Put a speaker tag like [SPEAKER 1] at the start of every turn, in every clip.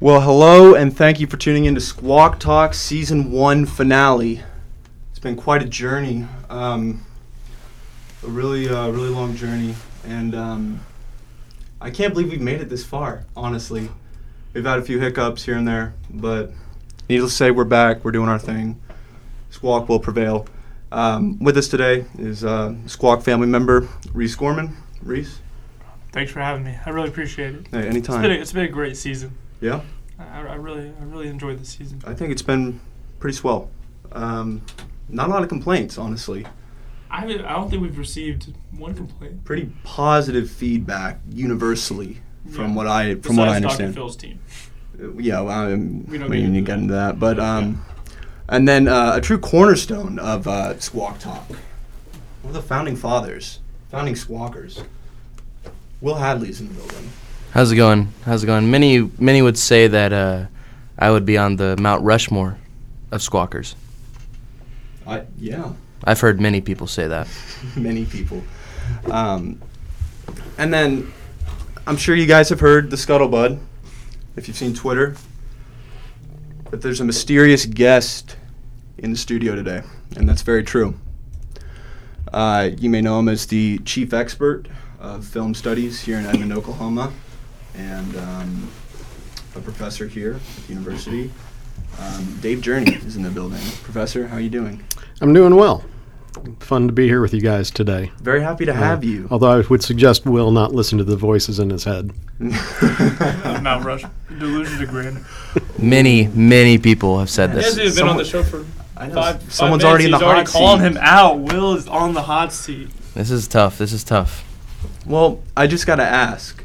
[SPEAKER 1] Well, hello, and thank you for tuning in to Squawk Talk Season 1 finale. It's been quite a journey, um, a really, uh, really long journey, and um, I can't believe we've made it this far, honestly. We've had a few hiccups here and there, but needless to say, we're back, we're doing our thing. Squawk will prevail. Um, with us today is uh, Squawk family member Reese Gorman. Reese,
[SPEAKER 2] Thanks for having me. I really appreciate it.
[SPEAKER 1] hey,
[SPEAKER 2] It's been a,
[SPEAKER 1] anytime.
[SPEAKER 2] it's been a great season.
[SPEAKER 1] Yeah?
[SPEAKER 2] I, I really I really enjoyed this season.
[SPEAKER 1] I think it's been pretty swell. Um, not a lot of complaints, honestly.
[SPEAKER 2] I haven't, I don't think we've received one complaint
[SPEAKER 1] Pretty positive feedback universally from
[SPEAKER 2] Yeah.
[SPEAKER 1] what I from what I
[SPEAKER 2] Besides
[SPEAKER 1] understand.
[SPEAKER 2] Dr. Phil's team.
[SPEAKER 1] Uh, Yeah, well, I'm,
[SPEAKER 2] We
[SPEAKER 1] we
[SPEAKER 2] don't
[SPEAKER 1] don't need to get into that, but um, and then uh, a true cornerstone of uh, Squawk Talk, one of the founding fathers, founding squawkers. Will Hadley's in the building.
[SPEAKER 3] How's it going? How's it going? Many many would say that uh, I would be on the Mount Rushmore of squawkers.
[SPEAKER 1] I yeah.
[SPEAKER 3] I've heard many people say that.
[SPEAKER 1] many people. Um, and then I'm sure you guys have heard the scuttlebutt, if you've seen Twitter, that there's a mysterious guest in the studio today, and that's very true. Uh, you may know him as the chief expert of film studies here in Edmond, Oklahoma, and um, a professor here at the university. Um, Dave Journey is in the building. Professor, how are you doing?
[SPEAKER 4] I'm doing well. Fun to be here with you guys today.
[SPEAKER 1] Very happy to have you.
[SPEAKER 4] Although I would suggest Will not listen to the voices in his head.
[SPEAKER 2] Of Mount Rush. Delusion to Grand.
[SPEAKER 3] Many many people have said
[SPEAKER 2] He hasn't
[SPEAKER 3] this.
[SPEAKER 2] even been on the
[SPEAKER 1] Someone-
[SPEAKER 2] show for
[SPEAKER 1] I know.
[SPEAKER 2] five, five
[SPEAKER 1] Someone's
[SPEAKER 2] minutes.
[SPEAKER 1] already in the
[SPEAKER 2] He's already
[SPEAKER 1] hot
[SPEAKER 2] calling
[SPEAKER 1] seat.
[SPEAKER 2] him out. Will is on the hot seat.
[SPEAKER 3] This is tough. This is tough.
[SPEAKER 1] Well, I just got to ask.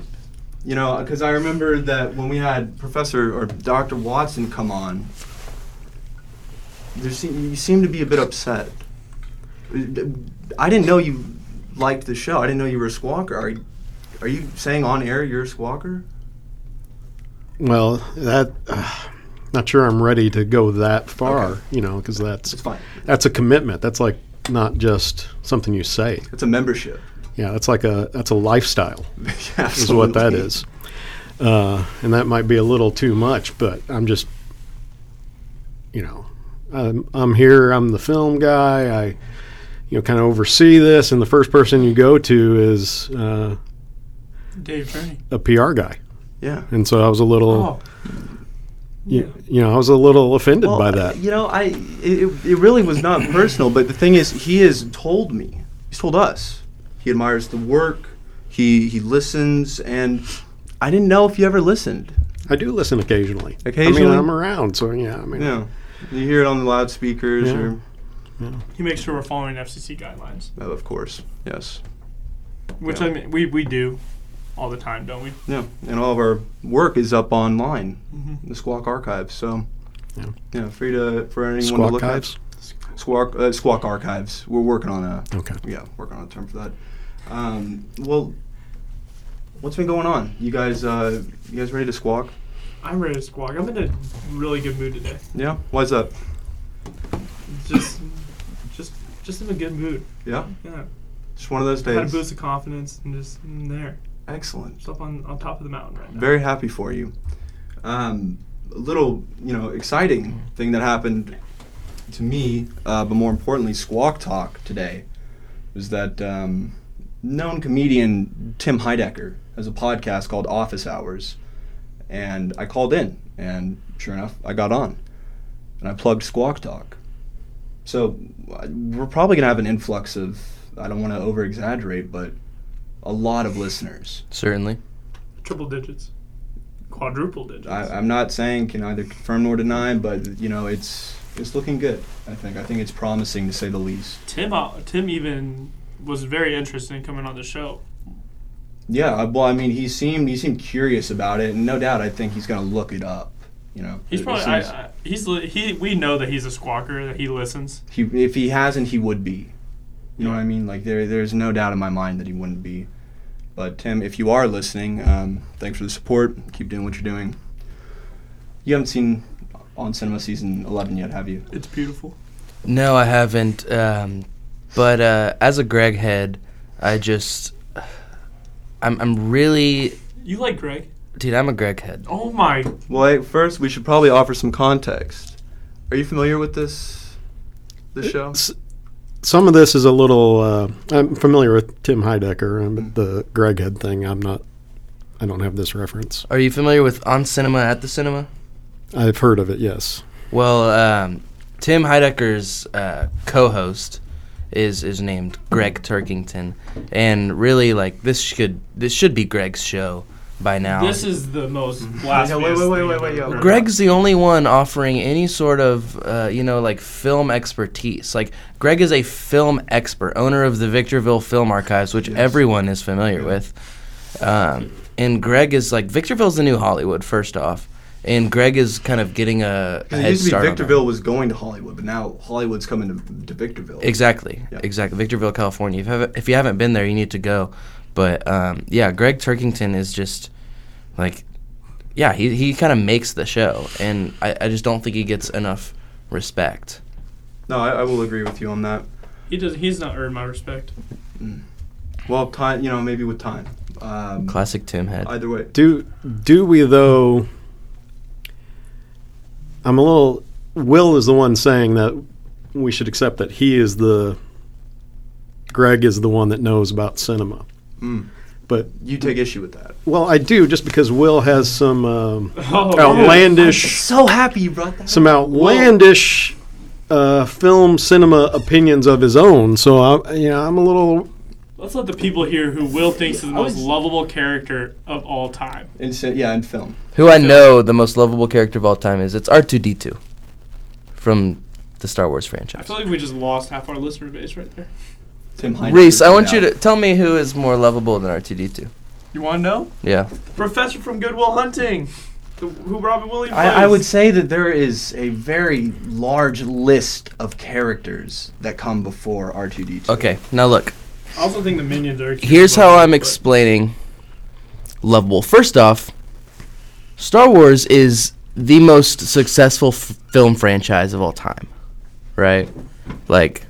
[SPEAKER 1] You know, because I remember that when we had Professor or Dr. Watson come on, there seem, you seemed to be a bit upset. I didn't know you liked the show. I didn't know you were a squawker. Are you, are you saying on air you're a squawker?
[SPEAKER 4] Well, that uh, not sure I'm ready to go that far,
[SPEAKER 1] Okay.
[SPEAKER 4] you know, because that's
[SPEAKER 1] It's fine.
[SPEAKER 4] that's a commitment. That's like not just something you say.
[SPEAKER 1] It's a membership.
[SPEAKER 4] Yeah, that's like a that's a lifestyle is
[SPEAKER 1] Absolutely.
[SPEAKER 4] what that is. Uh, and that might be a little too much, but I'm just, you know, I'm, I'm here. I'm the film guy. I, you know, kind of oversee this. And the first person you go to is uh,
[SPEAKER 2] Dave Journey.
[SPEAKER 4] a PR guy.
[SPEAKER 1] Yeah.
[SPEAKER 4] And so I was a little,
[SPEAKER 2] Oh.
[SPEAKER 4] y you, know, I was a little offended
[SPEAKER 1] Well,
[SPEAKER 4] by
[SPEAKER 1] I-
[SPEAKER 4] that.
[SPEAKER 1] You know, I it, it really was not personal, but the thing is, he has told me, he's told us, he admires the work, he he listens, and I didn't know if you ever listened.
[SPEAKER 4] I do listen occasionally. I
[SPEAKER 1] Occasionally?
[SPEAKER 4] mean, I'm around, so yeah. I mean,
[SPEAKER 1] Yeah, you hear it on the loudspeakers,
[SPEAKER 4] Yeah.
[SPEAKER 1] or
[SPEAKER 2] He makes sure we're following FCC guidelines,
[SPEAKER 1] oh, of course, yes,
[SPEAKER 2] which
[SPEAKER 1] Yeah.
[SPEAKER 2] I mean, we, we do all the time, don't we?
[SPEAKER 1] yeah, and all of our work is up online,
[SPEAKER 2] Mhm.
[SPEAKER 1] the Squawk Archives. So, yeah,
[SPEAKER 4] Yeah.
[SPEAKER 1] free to for anyone to
[SPEAKER 4] Squawk
[SPEAKER 1] look
[SPEAKER 4] Hives.
[SPEAKER 1] at Squawk uh, Squawk Archives. We're working on a
[SPEAKER 4] Okay.
[SPEAKER 1] yeah, working on a term for that. Um, well, what's been going on? You guys, uh, you guys ready to squawk?
[SPEAKER 2] I'm ready to squawk. I'm in a really good mood today.
[SPEAKER 1] Yeah. Why's that?
[SPEAKER 2] Just, just, just in a good mood.
[SPEAKER 1] Yeah.
[SPEAKER 2] Yeah.
[SPEAKER 1] Just one of those
[SPEAKER 2] Had a boost
[SPEAKER 1] days.
[SPEAKER 2] of confidence and just mm, there,
[SPEAKER 1] Excellent.
[SPEAKER 2] just up on, on top of the mountain right now.
[SPEAKER 1] Very happy for you. Um, a little, you know, exciting thing that happened to me, uh, but more importantly, Squawk Talk today was that um, known comedian Tim Heidecker has a podcast called Office Hours, and I called in, and sure enough, I got on, and I plugged Squawk Talk. So uh, we're probably gonna have an influx of I don't want to over exaggerate, but a lot of listeners.
[SPEAKER 3] Certainly.
[SPEAKER 2] triple digits, quadruple digits.
[SPEAKER 1] I, I'm not saying can either confirm nor deny, but you know it's it's looking good. I think I think it's promising to say the least.
[SPEAKER 2] Tim, uh, Tim even was very interested in coming on the show.
[SPEAKER 1] Yeah, I- well, I mean, he seemed he seemed curious about it, and no doubt, I think he's gonna look it up. You know,
[SPEAKER 2] He's
[SPEAKER 1] It- it
[SPEAKER 2] probably
[SPEAKER 1] seems-
[SPEAKER 2] I, I, he's li- he. We know that he's a squawker. That he listens.
[SPEAKER 1] he if he hasn't, he would be. You know what I mean? Like there there's no doubt in my mind that he wouldn't be. But Tim, if you are listening, um, thanks for the support. Keep doing what you're doing. You haven't seen on cinema season 11 yet, have you?
[SPEAKER 2] It's beautiful.
[SPEAKER 3] No, I haven't. Um, but uh, as a Greg head, I just I'm I'm really
[SPEAKER 2] You like Greg?
[SPEAKER 3] Dude, I'm a Greg head.
[SPEAKER 2] Oh my!
[SPEAKER 1] Well, I, first we should probably offer some context. Are you familiar with this this show?
[SPEAKER 4] S- Some of this is a little. Uh, I'm familiar with Tim Heidecker, um,
[SPEAKER 1] Mm.
[SPEAKER 4] but the Greg Head thing. I'm not. I don't have this reference.
[SPEAKER 3] Are you familiar with On Cinema at the Cinema?
[SPEAKER 4] I've heard of it. Yes.
[SPEAKER 3] Well, um, Tim Heidecker's uh, co-host is is named Greg Turkington, and really, like this should this should be Greg's show by now.
[SPEAKER 2] This is the most blasphemous.
[SPEAKER 1] Oh. wait, wait, wait,
[SPEAKER 2] thing
[SPEAKER 1] wait,
[SPEAKER 2] I've
[SPEAKER 1] wait, yo.
[SPEAKER 2] ever heard.
[SPEAKER 3] Greg's the only one offering any sort of, uh, you know, like film expertise. Like Greg is a film expert, owner of the Victorville Film Archives, which everyone is familiar with. Um, and Greg is like Victorville's the new Hollywood, first off, and Greg is kind of getting a, a
[SPEAKER 1] 'Cause It
[SPEAKER 3] head
[SPEAKER 1] used to
[SPEAKER 3] start. on
[SPEAKER 1] be
[SPEAKER 3] that.
[SPEAKER 1] Victorville was going to Hollywood, but now Hollywood's coming to, to Victorville.
[SPEAKER 3] Exactly,
[SPEAKER 1] Yeah.
[SPEAKER 3] exactly. Victorville, California. If you, haven't, if you haven't been there, you need to go. But um, yeah, Greg Turkington is just like, yeah, he he kind of makes the show, and I, I just don't think he gets enough respect.
[SPEAKER 1] No, I, I will agree with you on that.
[SPEAKER 2] He does. He's not earned my respect.
[SPEAKER 1] Well, time, you know, maybe with time. Um,
[SPEAKER 3] Classic Tim head.
[SPEAKER 1] either way,
[SPEAKER 4] Do do we though? I'm a little. Will is the one saying that we should accept that he is the. Greg is the one that knows about cinema.
[SPEAKER 1] Mm.
[SPEAKER 4] But
[SPEAKER 1] you take issue with that.
[SPEAKER 4] well, I do just because Will has some um,
[SPEAKER 2] Oh,
[SPEAKER 4] outlandish,
[SPEAKER 1] So happy you brought that.
[SPEAKER 4] some outlandish uh, film cinema opinions of his own. So I, you know, I'm a little.
[SPEAKER 2] Let's let the people hear who Will thinks is the
[SPEAKER 1] I
[SPEAKER 2] most
[SPEAKER 1] was-
[SPEAKER 2] lovable character of all time.
[SPEAKER 1] In, ci- yeah, in film.
[SPEAKER 3] Who I know the most lovable character of all time is it's R two D two, from the Star Wars
[SPEAKER 2] I
[SPEAKER 3] franchise.
[SPEAKER 2] feel like we just lost half our listener base right there.
[SPEAKER 1] Tim Heidecker.
[SPEAKER 3] Reese, I want you to tell me who is more lovable than R two D two.
[SPEAKER 2] You want to know?
[SPEAKER 3] Yeah,
[SPEAKER 2] Professor from Goodwill Hunting, the, who Robin Williams.
[SPEAKER 1] I, I
[SPEAKER 2] plays.
[SPEAKER 1] would say that there is a very large list of characters that come before R2D2.
[SPEAKER 3] Okay, now look.
[SPEAKER 2] I also think the minions are.
[SPEAKER 3] Here's how I'm
[SPEAKER 2] explaining.
[SPEAKER 3] explaining lovable. First off, Star Wars is the most successful f- film franchise of all time, right? Like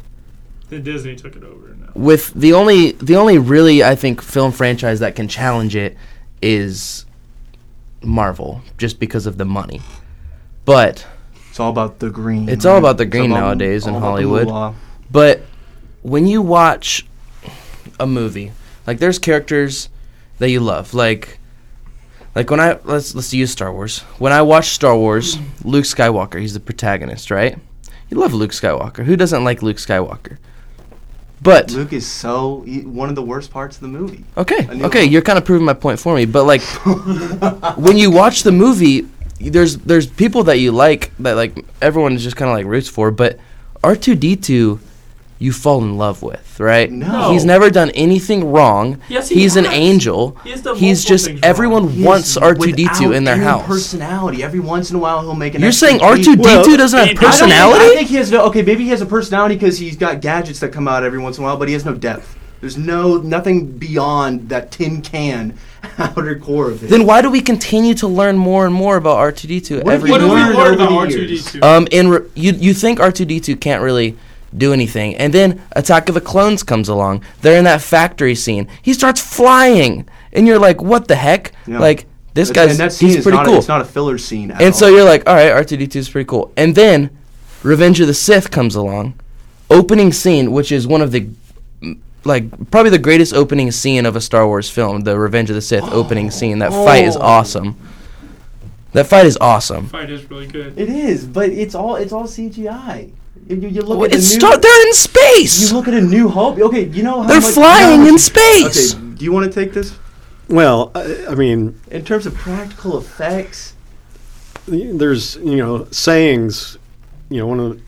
[SPEAKER 2] Then Disney took it over now.
[SPEAKER 3] with the only the only really I think film franchise that can challenge it is Marvel, just because of the money. But
[SPEAKER 1] It's all about the green.
[SPEAKER 3] It's all about the green nowadays in
[SPEAKER 1] all about the
[SPEAKER 3] Hollywood.
[SPEAKER 1] moolah.
[SPEAKER 3] But when you watch a movie, like there's characters that you love, like like when I let's let's use Star Wars. When I watch Star Wars, Luke Skywalker, he's the protagonist, right? You love Luke Skywalker. Who doesn't like Luke Skywalker? But
[SPEAKER 1] Luke is so he- one of the worst parts of the movie.
[SPEAKER 3] Okay.
[SPEAKER 1] I knew
[SPEAKER 3] Okay,
[SPEAKER 1] it.
[SPEAKER 3] you're kind of proving my point for me, but like when you watch the movie, there's there's people that you like that like everyone is just kind of like roots for, but R2D2 you fall in love with, right?
[SPEAKER 1] No.
[SPEAKER 3] He's never done anything wrong.
[SPEAKER 2] Yes, he
[SPEAKER 3] He's an
[SPEAKER 2] has.
[SPEAKER 3] angel.
[SPEAKER 2] He has done
[SPEAKER 3] He's
[SPEAKER 2] multiple
[SPEAKER 3] just
[SPEAKER 2] things wrong.
[SPEAKER 3] everyone
[SPEAKER 1] He is
[SPEAKER 3] wants R2D2
[SPEAKER 1] without
[SPEAKER 3] in their
[SPEAKER 1] any
[SPEAKER 3] house.
[SPEAKER 1] Personality. Every once in a while, he'll make an.
[SPEAKER 3] You're
[SPEAKER 1] extra
[SPEAKER 3] saying
[SPEAKER 1] tweet.
[SPEAKER 3] R2D2
[SPEAKER 4] Well,
[SPEAKER 3] doesn't have
[SPEAKER 2] it-
[SPEAKER 1] I
[SPEAKER 2] I don't
[SPEAKER 1] don't
[SPEAKER 3] personality?
[SPEAKER 1] think- I think he has no. Okay, maybe he has a personality because he's got gadgets that come out every once in a while, but he has no depth. There's no nothing beyond that tin can outer core of it.
[SPEAKER 3] then why do we continue to learn more and more about R2D2
[SPEAKER 1] What if-
[SPEAKER 3] every
[SPEAKER 2] What do we
[SPEAKER 1] learned
[SPEAKER 2] learn
[SPEAKER 1] over
[SPEAKER 2] about
[SPEAKER 1] the
[SPEAKER 2] R two D
[SPEAKER 1] years.
[SPEAKER 2] two?
[SPEAKER 3] Um, in re- you you think R two D two can't really do anything, and then Attack of the Clones comes along. They're in that factory scene. He starts flying, and you're like, "What the heck?"
[SPEAKER 1] Yeah.
[SPEAKER 3] Like this
[SPEAKER 1] That's-
[SPEAKER 3] guy's
[SPEAKER 1] and that scene
[SPEAKER 3] he's
[SPEAKER 1] is
[SPEAKER 3] pretty
[SPEAKER 1] not A,
[SPEAKER 3] cool.
[SPEAKER 1] it's not a filler scene. At
[SPEAKER 3] and so
[SPEAKER 1] all.
[SPEAKER 3] you're like, "All right, R two D two is pretty cool." And then Revenge of the Sith comes along, opening scene, which is one of the mm, like probably the greatest opening scene of a Star Wars film. The Revenge of the Sith opening scene. That fight is
[SPEAKER 1] Oh.
[SPEAKER 3] awesome. That fight is awesome.
[SPEAKER 2] Fight is really good.
[SPEAKER 1] It is, but it's all it's all CGI. You, you- you look at the
[SPEAKER 3] It's
[SPEAKER 1] new,
[SPEAKER 3] Star. They're in space.
[SPEAKER 1] You look at a New Hope. Okay, you know how
[SPEAKER 3] They're
[SPEAKER 1] much-
[SPEAKER 3] flying
[SPEAKER 1] how
[SPEAKER 3] in
[SPEAKER 1] much-
[SPEAKER 3] space.
[SPEAKER 1] Okay, do you want to take this
[SPEAKER 4] Well, I, I mean,
[SPEAKER 1] in terms of practical effects?
[SPEAKER 4] there's you know sayings you know one of the,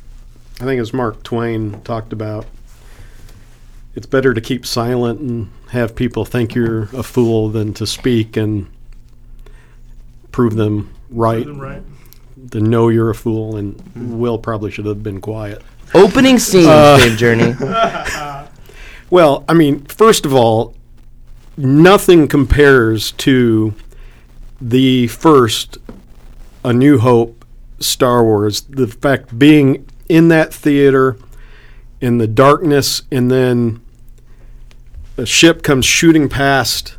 [SPEAKER 4] i think it was mark twain talked about it's better to keep silent and have people think you're a fool than to speak and prove them right,
[SPEAKER 2] Isn't right?
[SPEAKER 4] to know you're a fool and will probably should have been quiet
[SPEAKER 3] Opening scene,
[SPEAKER 4] Uh,
[SPEAKER 3] Dave Journey.
[SPEAKER 4] Well, I mean, first of all, nothing compares to the first A New Hope Star Wars. The fact being in that theater in the darkness and then a ship comes shooting past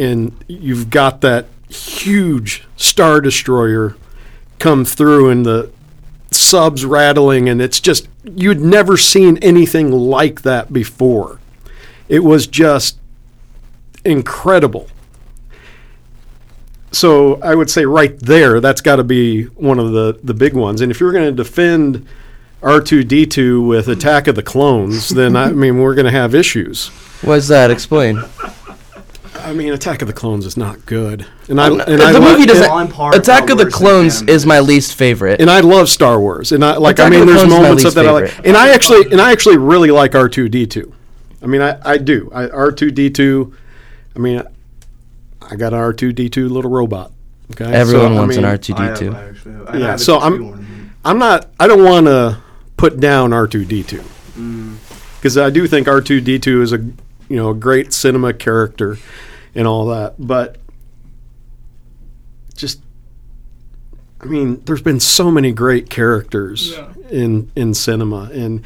[SPEAKER 4] and you've got that huge star destroyer come through and the subs rattling and it's just you'd never seen anything like that before. It was just incredible. So I would say right there, that's got to be one of the the big ones. And if you're going to defend R2D2 with Attack of the Clones, then I mean we're going to have issues.
[SPEAKER 3] What's that? Explain.
[SPEAKER 4] I mean, Attack of the Clones is not good, and I and I
[SPEAKER 3] Uh, the
[SPEAKER 4] lo-
[SPEAKER 3] movie
[SPEAKER 4] and-
[SPEAKER 3] doesn't.
[SPEAKER 1] on par, if
[SPEAKER 3] Attack
[SPEAKER 1] not
[SPEAKER 3] of the
[SPEAKER 1] worse than
[SPEAKER 3] Clones
[SPEAKER 1] animated.
[SPEAKER 3] is my least favorite.
[SPEAKER 4] and I love Star Wars, and I like.
[SPEAKER 3] Attack
[SPEAKER 4] I mean,
[SPEAKER 3] of the
[SPEAKER 4] there's
[SPEAKER 3] Clones is my
[SPEAKER 4] moments of
[SPEAKER 3] least
[SPEAKER 4] that I like,
[SPEAKER 3] favorite.
[SPEAKER 4] and I actually, and I actually really like R two D two. I mean, I, I do. I R two D two. I mean, I got an R two D two little robot. Okay,
[SPEAKER 3] Everyone
[SPEAKER 4] So, I
[SPEAKER 3] wants
[SPEAKER 4] mean,
[SPEAKER 3] an R2D2.
[SPEAKER 1] I, have- I actually have- I
[SPEAKER 4] Yeah,
[SPEAKER 1] have a
[SPEAKER 4] so I'm-
[SPEAKER 1] two-one.
[SPEAKER 4] I'm not. I don't want to put down R two D two because I do think R two D two is a you know a great cinema character and all that, but just I mean, there's been so many great characters
[SPEAKER 2] Yeah.
[SPEAKER 4] in in cinema, and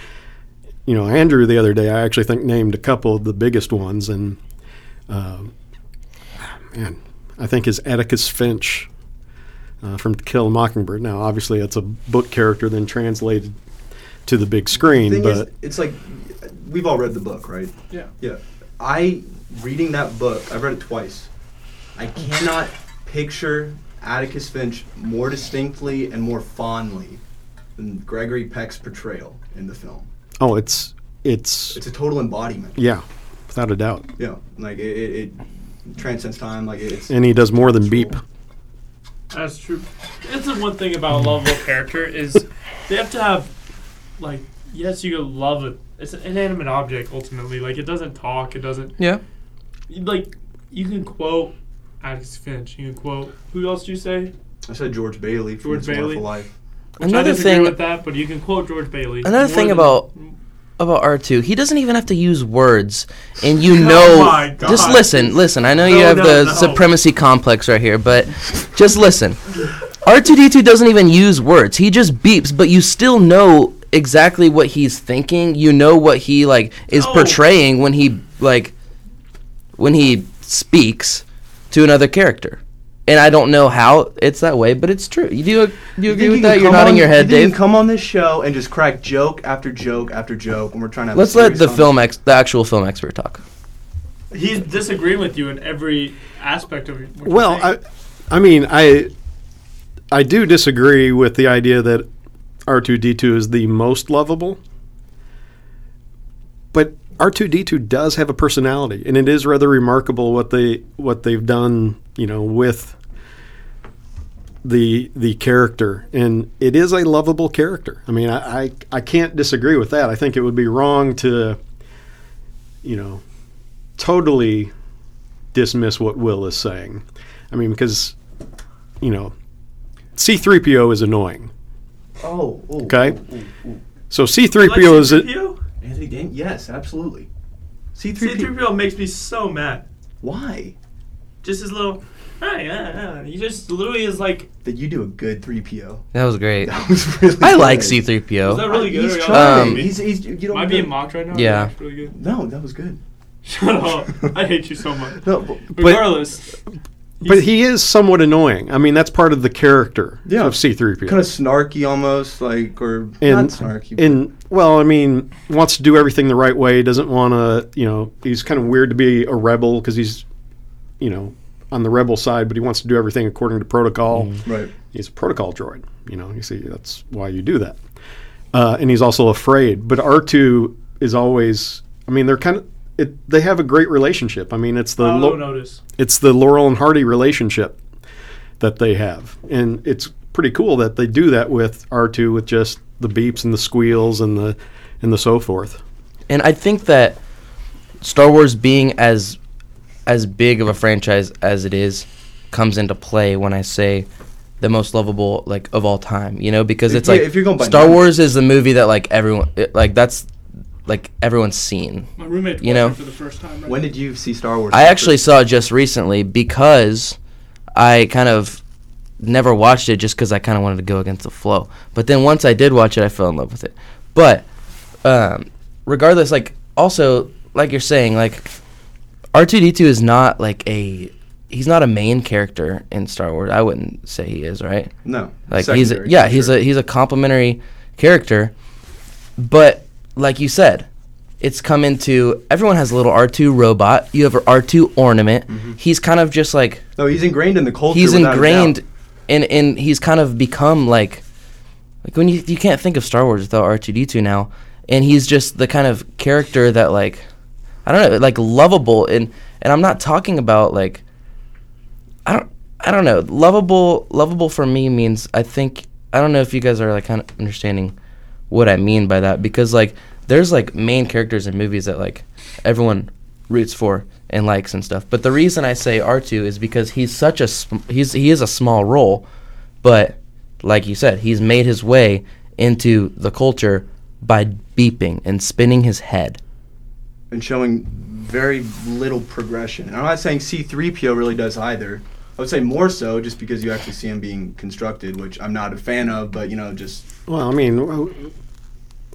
[SPEAKER 4] you know Andrew the other day I actually think named a couple of the biggest ones, and um man, I think is Atticus Finch. Uh, from To Kill a Mockingbird. Now, obviously, that's a book character then translated to the big screen.
[SPEAKER 1] thing
[SPEAKER 4] but
[SPEAKER 1] is, it's like we've all read the book, right?
[SPEAKER 2] Yeah.
[SPEAKER 1] Yeah. I reading that book, I've read it twice. I cannot picture Atticus Finch more distinctly and more fondly than Gregory Peck's portrayal in the film.
[SPEAKER 4] Oh, it's it's
[SPEAKER 1] It's a total embodiment.
[SPEAKER 4] yeah, without a doubt.
[SPEAKER 1] Yeah, like it, it, it transcends time. Like it's
[SPEAKER 4] And he does more than beep.
[SPEAKER 2] That's true. That's the one thing about a lovable character is they have to have, like, yes, you could love it. It's an inanimate object ultimately. Like, it doesn't talk. It doesn't
[SPEAKER 3] yeah.
[SPEAKER 2] you- like. You can quote Atticus Finch. You can quote who else? Do you say?
[SPEAKER 1] I said George Bailey from
[SPEAKER 2] George
[SPEAKER 1] It's a Wonderful
[SPEAKER 2] Bailey.
[SPEAKER 1] Life.
[SPEAKER 2] Which I
[SPEAKER 3] Another
[SPEAKER 2] disagree
[SPEAKER 3] thing-
[SPEAKER 2] with that, but you can quote George Bailey. more
[SPEAKER 3] Another thing
[SPEAKER 2] than-
[SPEAKER 3] about- About R two, he doesn't even have to use words, and you
[SPEAKER 2] Oh
[SPEAKER 3] know.
[SPEAKER 2] my God.
[SPEAKER 3] Just listen, listen. I know you
[SPEAKER 2] No,
[SPEAKER 3] have
[SPEAKER 2] no,
[SPEAKER 3] the
[SPEAKER 2] no.
[SPEAKER 3] supremacy complex right here, but just listen. R two D two doesn't even use words. He just beeps, but you still know exactly what he's thinking. You know what he like is
[SPEAKER 2] No.
[SPEAKER 3] portraying when he like when he speaks to another character. And I don't know how it's that way, but it's true. You do you, agree
[SPEAKER 1] think
[SPEAKER 3] with
[SPEAKER 1] you
[SPEAKER 3] that?
[SPEAKER 1] can
[SPEAKER 3] You're
[SPEAKER 1] come
[SPEAKER 3] nodding
[SPEAKER 1] on-
[SPEAKER 3] your head,
[SPEAKER 1] you think you
[SPEAKER 3] Dave.
[SPEAKER 1] can come on this show and just crack joke after joke after joke, and we're trying to. Have a
[SPEAKER 3] Let's let
[SPEAKER 1] serious
[SPEAKER 3] the
[SPEAKER 1] conversation.
[SPEAKER 3] film ex- the actual film expert talk.
[SPEAKER 2] He's disagreeing with you in every aspect of. What
[SPEAKER 4] Well,
[SPEAKER 2] you're saying.
[SPEAKER 4] I I mean I I do disagree with the idea that R two D two is the most lovable, but R two D two does have a personality, and it is rather remarkable what they what they've done. You know with the the character and it is a lovable character i mean I, I i can't disagree with that i think it would be wrong to you know totally dismiss what will is saying i mean because you know c3po is annoying
[SPEAKER 1] Oh, ooh,
[SPEAKER 4] Okay.
[SPEAKER 1] ooh, ooh, ooh.
[SPEAKER 4] so c3po is a,
[SPEAKER 2] C-3PO?
[SPEAKER 1] Anthony Dan. Yes, absolutely. C three P.
[SPEAKER 2] C-3PO makes me so mad.
[SPEAKER 1] Why?
[SPEAKER 2] Just his little. "Ah, yeah, yeah." He just literally is like.
[SPEAKER 1] That you do a good three PO.
[SPEAKER 3] That was great.
[SPEAKER 1] That was really.
[SPEAKER 3] I like
[SPEAKER 1] good.
[SPEAKER 3] C three
[SPEAKER 2] Is that
[SPEAKER 3] PO.
[SPEAKER 2] really good?
[SPEAKER 1] He's
[SPEAKER 2] or y'all-
[SPEAKER 1] trying.
[SPEAKER 3] Um,
[SPEAKER 1] he's, he's, you don't
[SPEAKER 2] Am I
[SPEAKER 1] do-
[SPEAKER 2] being mocked right now?
[SPEAKER 3] Yeah.
[SPEAKER 2] That's really good.
[SPEAKER 1] No, that was good.
[SPEAKER 2] Shut up. I hate you so much.
[SPEAKER 1] No, but,
[SPEAKER 2] Regardless,
[SPEAKER 4] but he is somewhat annoying i mean that's part of the character
[SPEAKER 1] Yeah.
[SPEAKER 4] of c3po
[SPEAKER 1] kind of snarky almost, like or not
[SPEAKER 4] and,
[SPEAKER 1] snarky.
[SPEAKER 4] and well, I mean, wants to do everything the right way. Doesn't want to, you know, he's kind of weird to be a rebel because he's, you know, on the rebel side, but he wants to do everything according to protocol.
[SPEAKER 1] right.
[SPEAKER 4] He's a protocol droid, you know. You see, that's why you do that. Uh, and he's also afraid. But R two is always. I mean, they're kind of. It, they have a great relationship. I mean, it's the
[SPEAKER 2] I'll
[SPEAKER 4] lo-
[SPEAKER 2] notice.
[SPEAKER 4] it's the Laurel and Hardy relationship that they have, and it's pretty cool that they do that with R two with just the beeps and the squeals and the and the so forth.
[SPEAKER 3] And I think that Star Wars being as as big of a franchise as it is comes into play when I say the most lovable like of all time, you know, because
[SPEAKER 1] If
[SPEAKER 3] it's
[SPEAKER 1] you-
[SPEAKER 3] like
[SPEAKER 1] if you're going by
[SPEAKER 3] Star
[SPEAKER 1] numbers.
[SPEAKER 3] Wars is the movie that like everyone it, like that's like everyone's seen.
[SPEAKER 2] My roommate
[SPEAKER 3] You
[SPEAKER 2] watched
[SPEAKER 3] know?
[SPEAKER 2] it for the first time. Right
[SPEAKER 1] When did you see Star Wars?
[SPEAKER 3] I actually saw it just recently because I kind of never watched it just because I kind of wanted to go against the flow. But then once I did watch it, I fell in love with it. But um, regardless, like also like you're saying, like R two D two is not like a he's not a main character in Star Wars. I wouldn't say he is, right?
[SPEAKER 1] No.
[SPEAKER 3] Like he's a,
[SPEAKER 1] secondary,
[SPEAKER 3] yeah,
[SPEAKER 1] for
[SPEAKER 3] he's
[SPEAKER 1] sure.
[SPEAKER 3] a he's a complimentary character, but like you said, it's come into everyone has a little R two robot. You have an R two ornament.
[SPEAKER 1] Mm-hmm.
[SPEAKER 3] He's kind of just like
[SPEAKER 1] No, he's ingrained in the culture.
[SPEAKER 3] he's
[SPEAKER 1] without a doubt.
[SPEAKER 3] ingrained, and and he's kind of become like like when you you can't think of Star Wars without R two D two now, and he's just the kind of character that like I don't know like lovable and and I'm not talking about like I don't I don't know lovable lovable for me means I think I don't know if you guys are like kind of understanding what I mean by that because like there's like main characters in movies that like everyone roots for and likes and stuff. But the reason I say R2 is because he's such a sm- he's he is a small role, but like you said, he's made his way into the culture by beeping and spinning his head.
[SPEAKER 1] and showing very little progression. And I'm not saying C3PO really does either. I would say more so just because you actually see him being constructed, which I'm not a fan of, but you know, just
[SPEAKER 4] Well, I mean, w-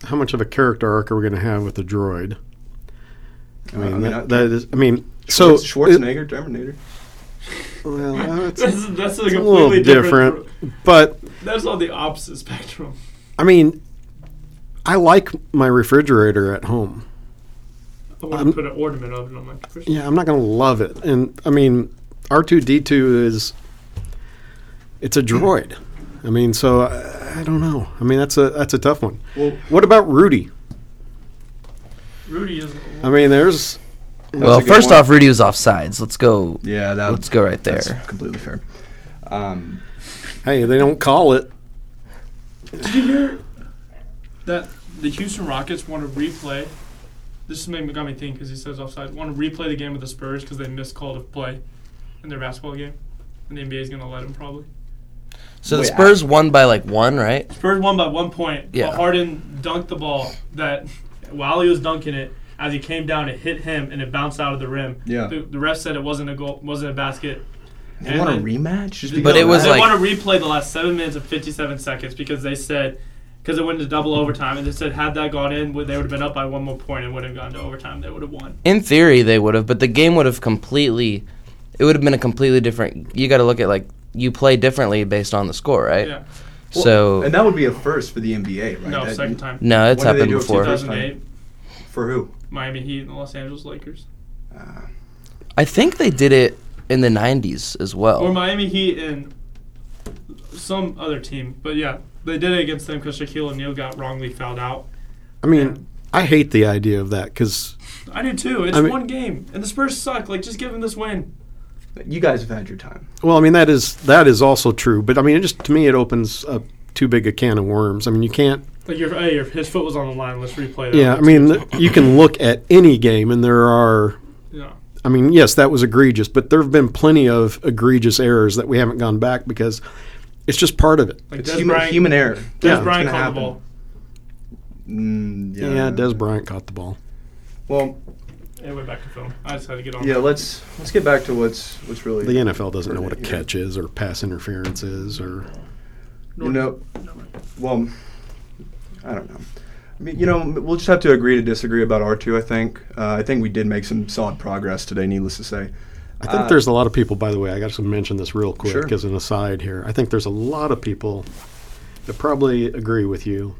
[SPEAKER 4] how much of a character arc are we going to have with the droid? I mean,
[SPEAKER 1] I mean, I-
[SPEAKER 4] that, that is. I mean, so
[SPEAKER 1] It's Schwarzenegger, Terminator.
[SPEAKER 4] it- well, that's,
[SPEAKER 2] That's, that's a
[SPEAKER 4] it's a
[SPEAKER 2] completely
[SPEAKER 4] little
[SPEAKER 2] different.
[SPEAKER 4] different, but
[SPEAKER 2] That's on the opposite spectrum.
[SPEAKER 4] I mean, I like my refrigerator at home.
[SPEAKER 2] I want
[SPEAKER 4] I'm-
[SPEAKER 2] to put an ornament on it on my Christmas.
[SPEAKER 4] Yeah, I'm not going to love it, and I mean, R two D two is it's a droid. I mean, so I, I don't know. I mean, that's a that's a tough one.
[SPEAKER 1] Well,
[SPEAKER 4] What about Rudy?
[SPEAKER 2] Rudy is.
[SPEAKER 4] I mean, there's
[SPEAKER 3] well,
[SPEAKER 1] a good
[SPEAKER 3] first
[SPEAKER 1] one.
[SPEAKER 3] off, Rudy was off sides. Let's go.
[SPEAKER 1] yeah, that,
[SPEAKER 3] Let's go right
[SPEAKER 1] that's
[SPEAKER 3] there.
[SPEAKER 1] completely fair. Um,
[SPEAKER 4] hey, they don't call it.
[SPEAKER 2] Did you hear that the Houston Rockets want to replay? This is made got me think because he says offside. Want to replay the game with the Spurs because they missed call of play in their basketball game, and the NBA is going to let them probably.
[SPEAKER 3] So the
[SPEAKER 1] Wait,
[SPEAKER 3] Spurs won by like 1, right?
[SPEAKER 2] Spurs won by one point. but
[SPEAKER 3] Yeah.
[SPEAKER 2] Harden dunked the ball that while he was dunking it, as he came down, it hit him and it bounced out of the rim.
[SPEAKER 1] Yeah.
[SPEAKER 2] The, the ref said it wasn't a goal, wasn't a basket.
[SPEAKER 1] they
[SPEAKER 2] And
[SPEAKER 1] want a
[SPEAKER 2] then-
[SPEAKER 1] rematch? Just
[SPEAKER 3] But
[SPEAKER 1] because
[SPEAKER 3] it
[SPEAKER 1] of
[SPEAKER 3] was
[SPEAKER 1] that?
[SPEAKER 2] they
[SPEAKER 3] like-
[SPEAKER 2] want to replay the last seven minutes and fifty-seven seconds because they said because it went into double overtime and they said had that gone in, would- they would have been up by one more point and would have gone to overtime. They would have won.
[SPEAKER 3] In theory, they would have, but the game would have completely. It would have been a completely different. You got to look at like you play differently based on the score, right?
[SPEAKER 2] Yeah.
[SPEAKER 3] So
[SPEAKER 1] and that would be a first for the NBA, right?
[SPEAKER 2] No,
[SPEAKER 1] That-
[SPEAKER 2] second time.
[SPEAKER 3] no, it's
[SPEAKER 1] What did they
[SPEAKER 3] happened
[SPEAKER 1] do if
[SPEAKER 3] before.
[SPEAKER 2] 2008,
[SPEAKER 1] For who?
[SPEAKER 2] Miami Heat and the Los Angeles Lakers.
[SPEAKER 1] Uh,
[SPEAKER 3] I think they did it in the '90s as well.
[SPEAKER 2] Or Miami Heat and some other team. But yeah, they did it against them because Shaquille O'Neal got wrongly fouled out.
[SPEAKER 4] I mean, I hate the idea of that because
[SPEAKER 2] I do too. It's
[SPEAKER 4] I mean-
[SPEAKER 2] one game, and the Spurs suck. Like, just give them this win.
[SPEAKER 1] you guys have had your time.
[SPEAKER 4] Well, I mean that is that is also true, but I mean it just to me it opens up too big a can of worms. I mean you can't.
[SPEAKER 2] Like, your, hey, your, his foot was on the line. Let's replay that.
[SPEAKER 4] Yeah, I mean th- you can look at any game and there are.
[SPEAKER 2] yeah.
[SPEAKER 4] I mean yes, that was egregious, but there have been plenty of egregious errors that we haven't gone back because it's just part of it.
[SPEAKER 2] Like
[SPEAKER 1] It's
[SPEAKER 2] Des
[SPEAKER 1] human,
[SPEAKER 2] Bryant,
[SPEAKER 1] human error.
[SPEAKER 2] Des
[SPEAKER 1] It's
[SPEAKER 2] Bryant
[SPEAKER 1] gonna
[SPEAKER 2] caught
[SPEAKER 1] happen.
[SPEAKER 2] the ball.
[SPEAKER 1] Mm,
[SPEAKER 4] Yeah,
[SPEAKER 1] yeah.
[SPEAKER 4] Des Bryant caught the ball.
[SPEAKER 1] Well,
[SPEAKER 2] Anyway, back to film. I just had to get on.
[SPEAKER 1] yeah. Let's let's get back to what's what's really
[SPEAKER 4] The NFL doesn't know what a catch is or pass interference is or
[SPEAKER 1] You know, well, I don't know. I mean, you know, m- we'll just have to agree to disagree about R2, I think. Uh, I think we did make some solid progress today, needless to say.
[SPEAKER 4] I think
[SPEAKER 1] Uh,
[SPEAKER 4] there's a lot of people, by the way, I got to mention this real quick
[SPEAKER 1] Sure.
[SPEAKER 4] as an aside here. I think there's a lot of people that probably agree with you,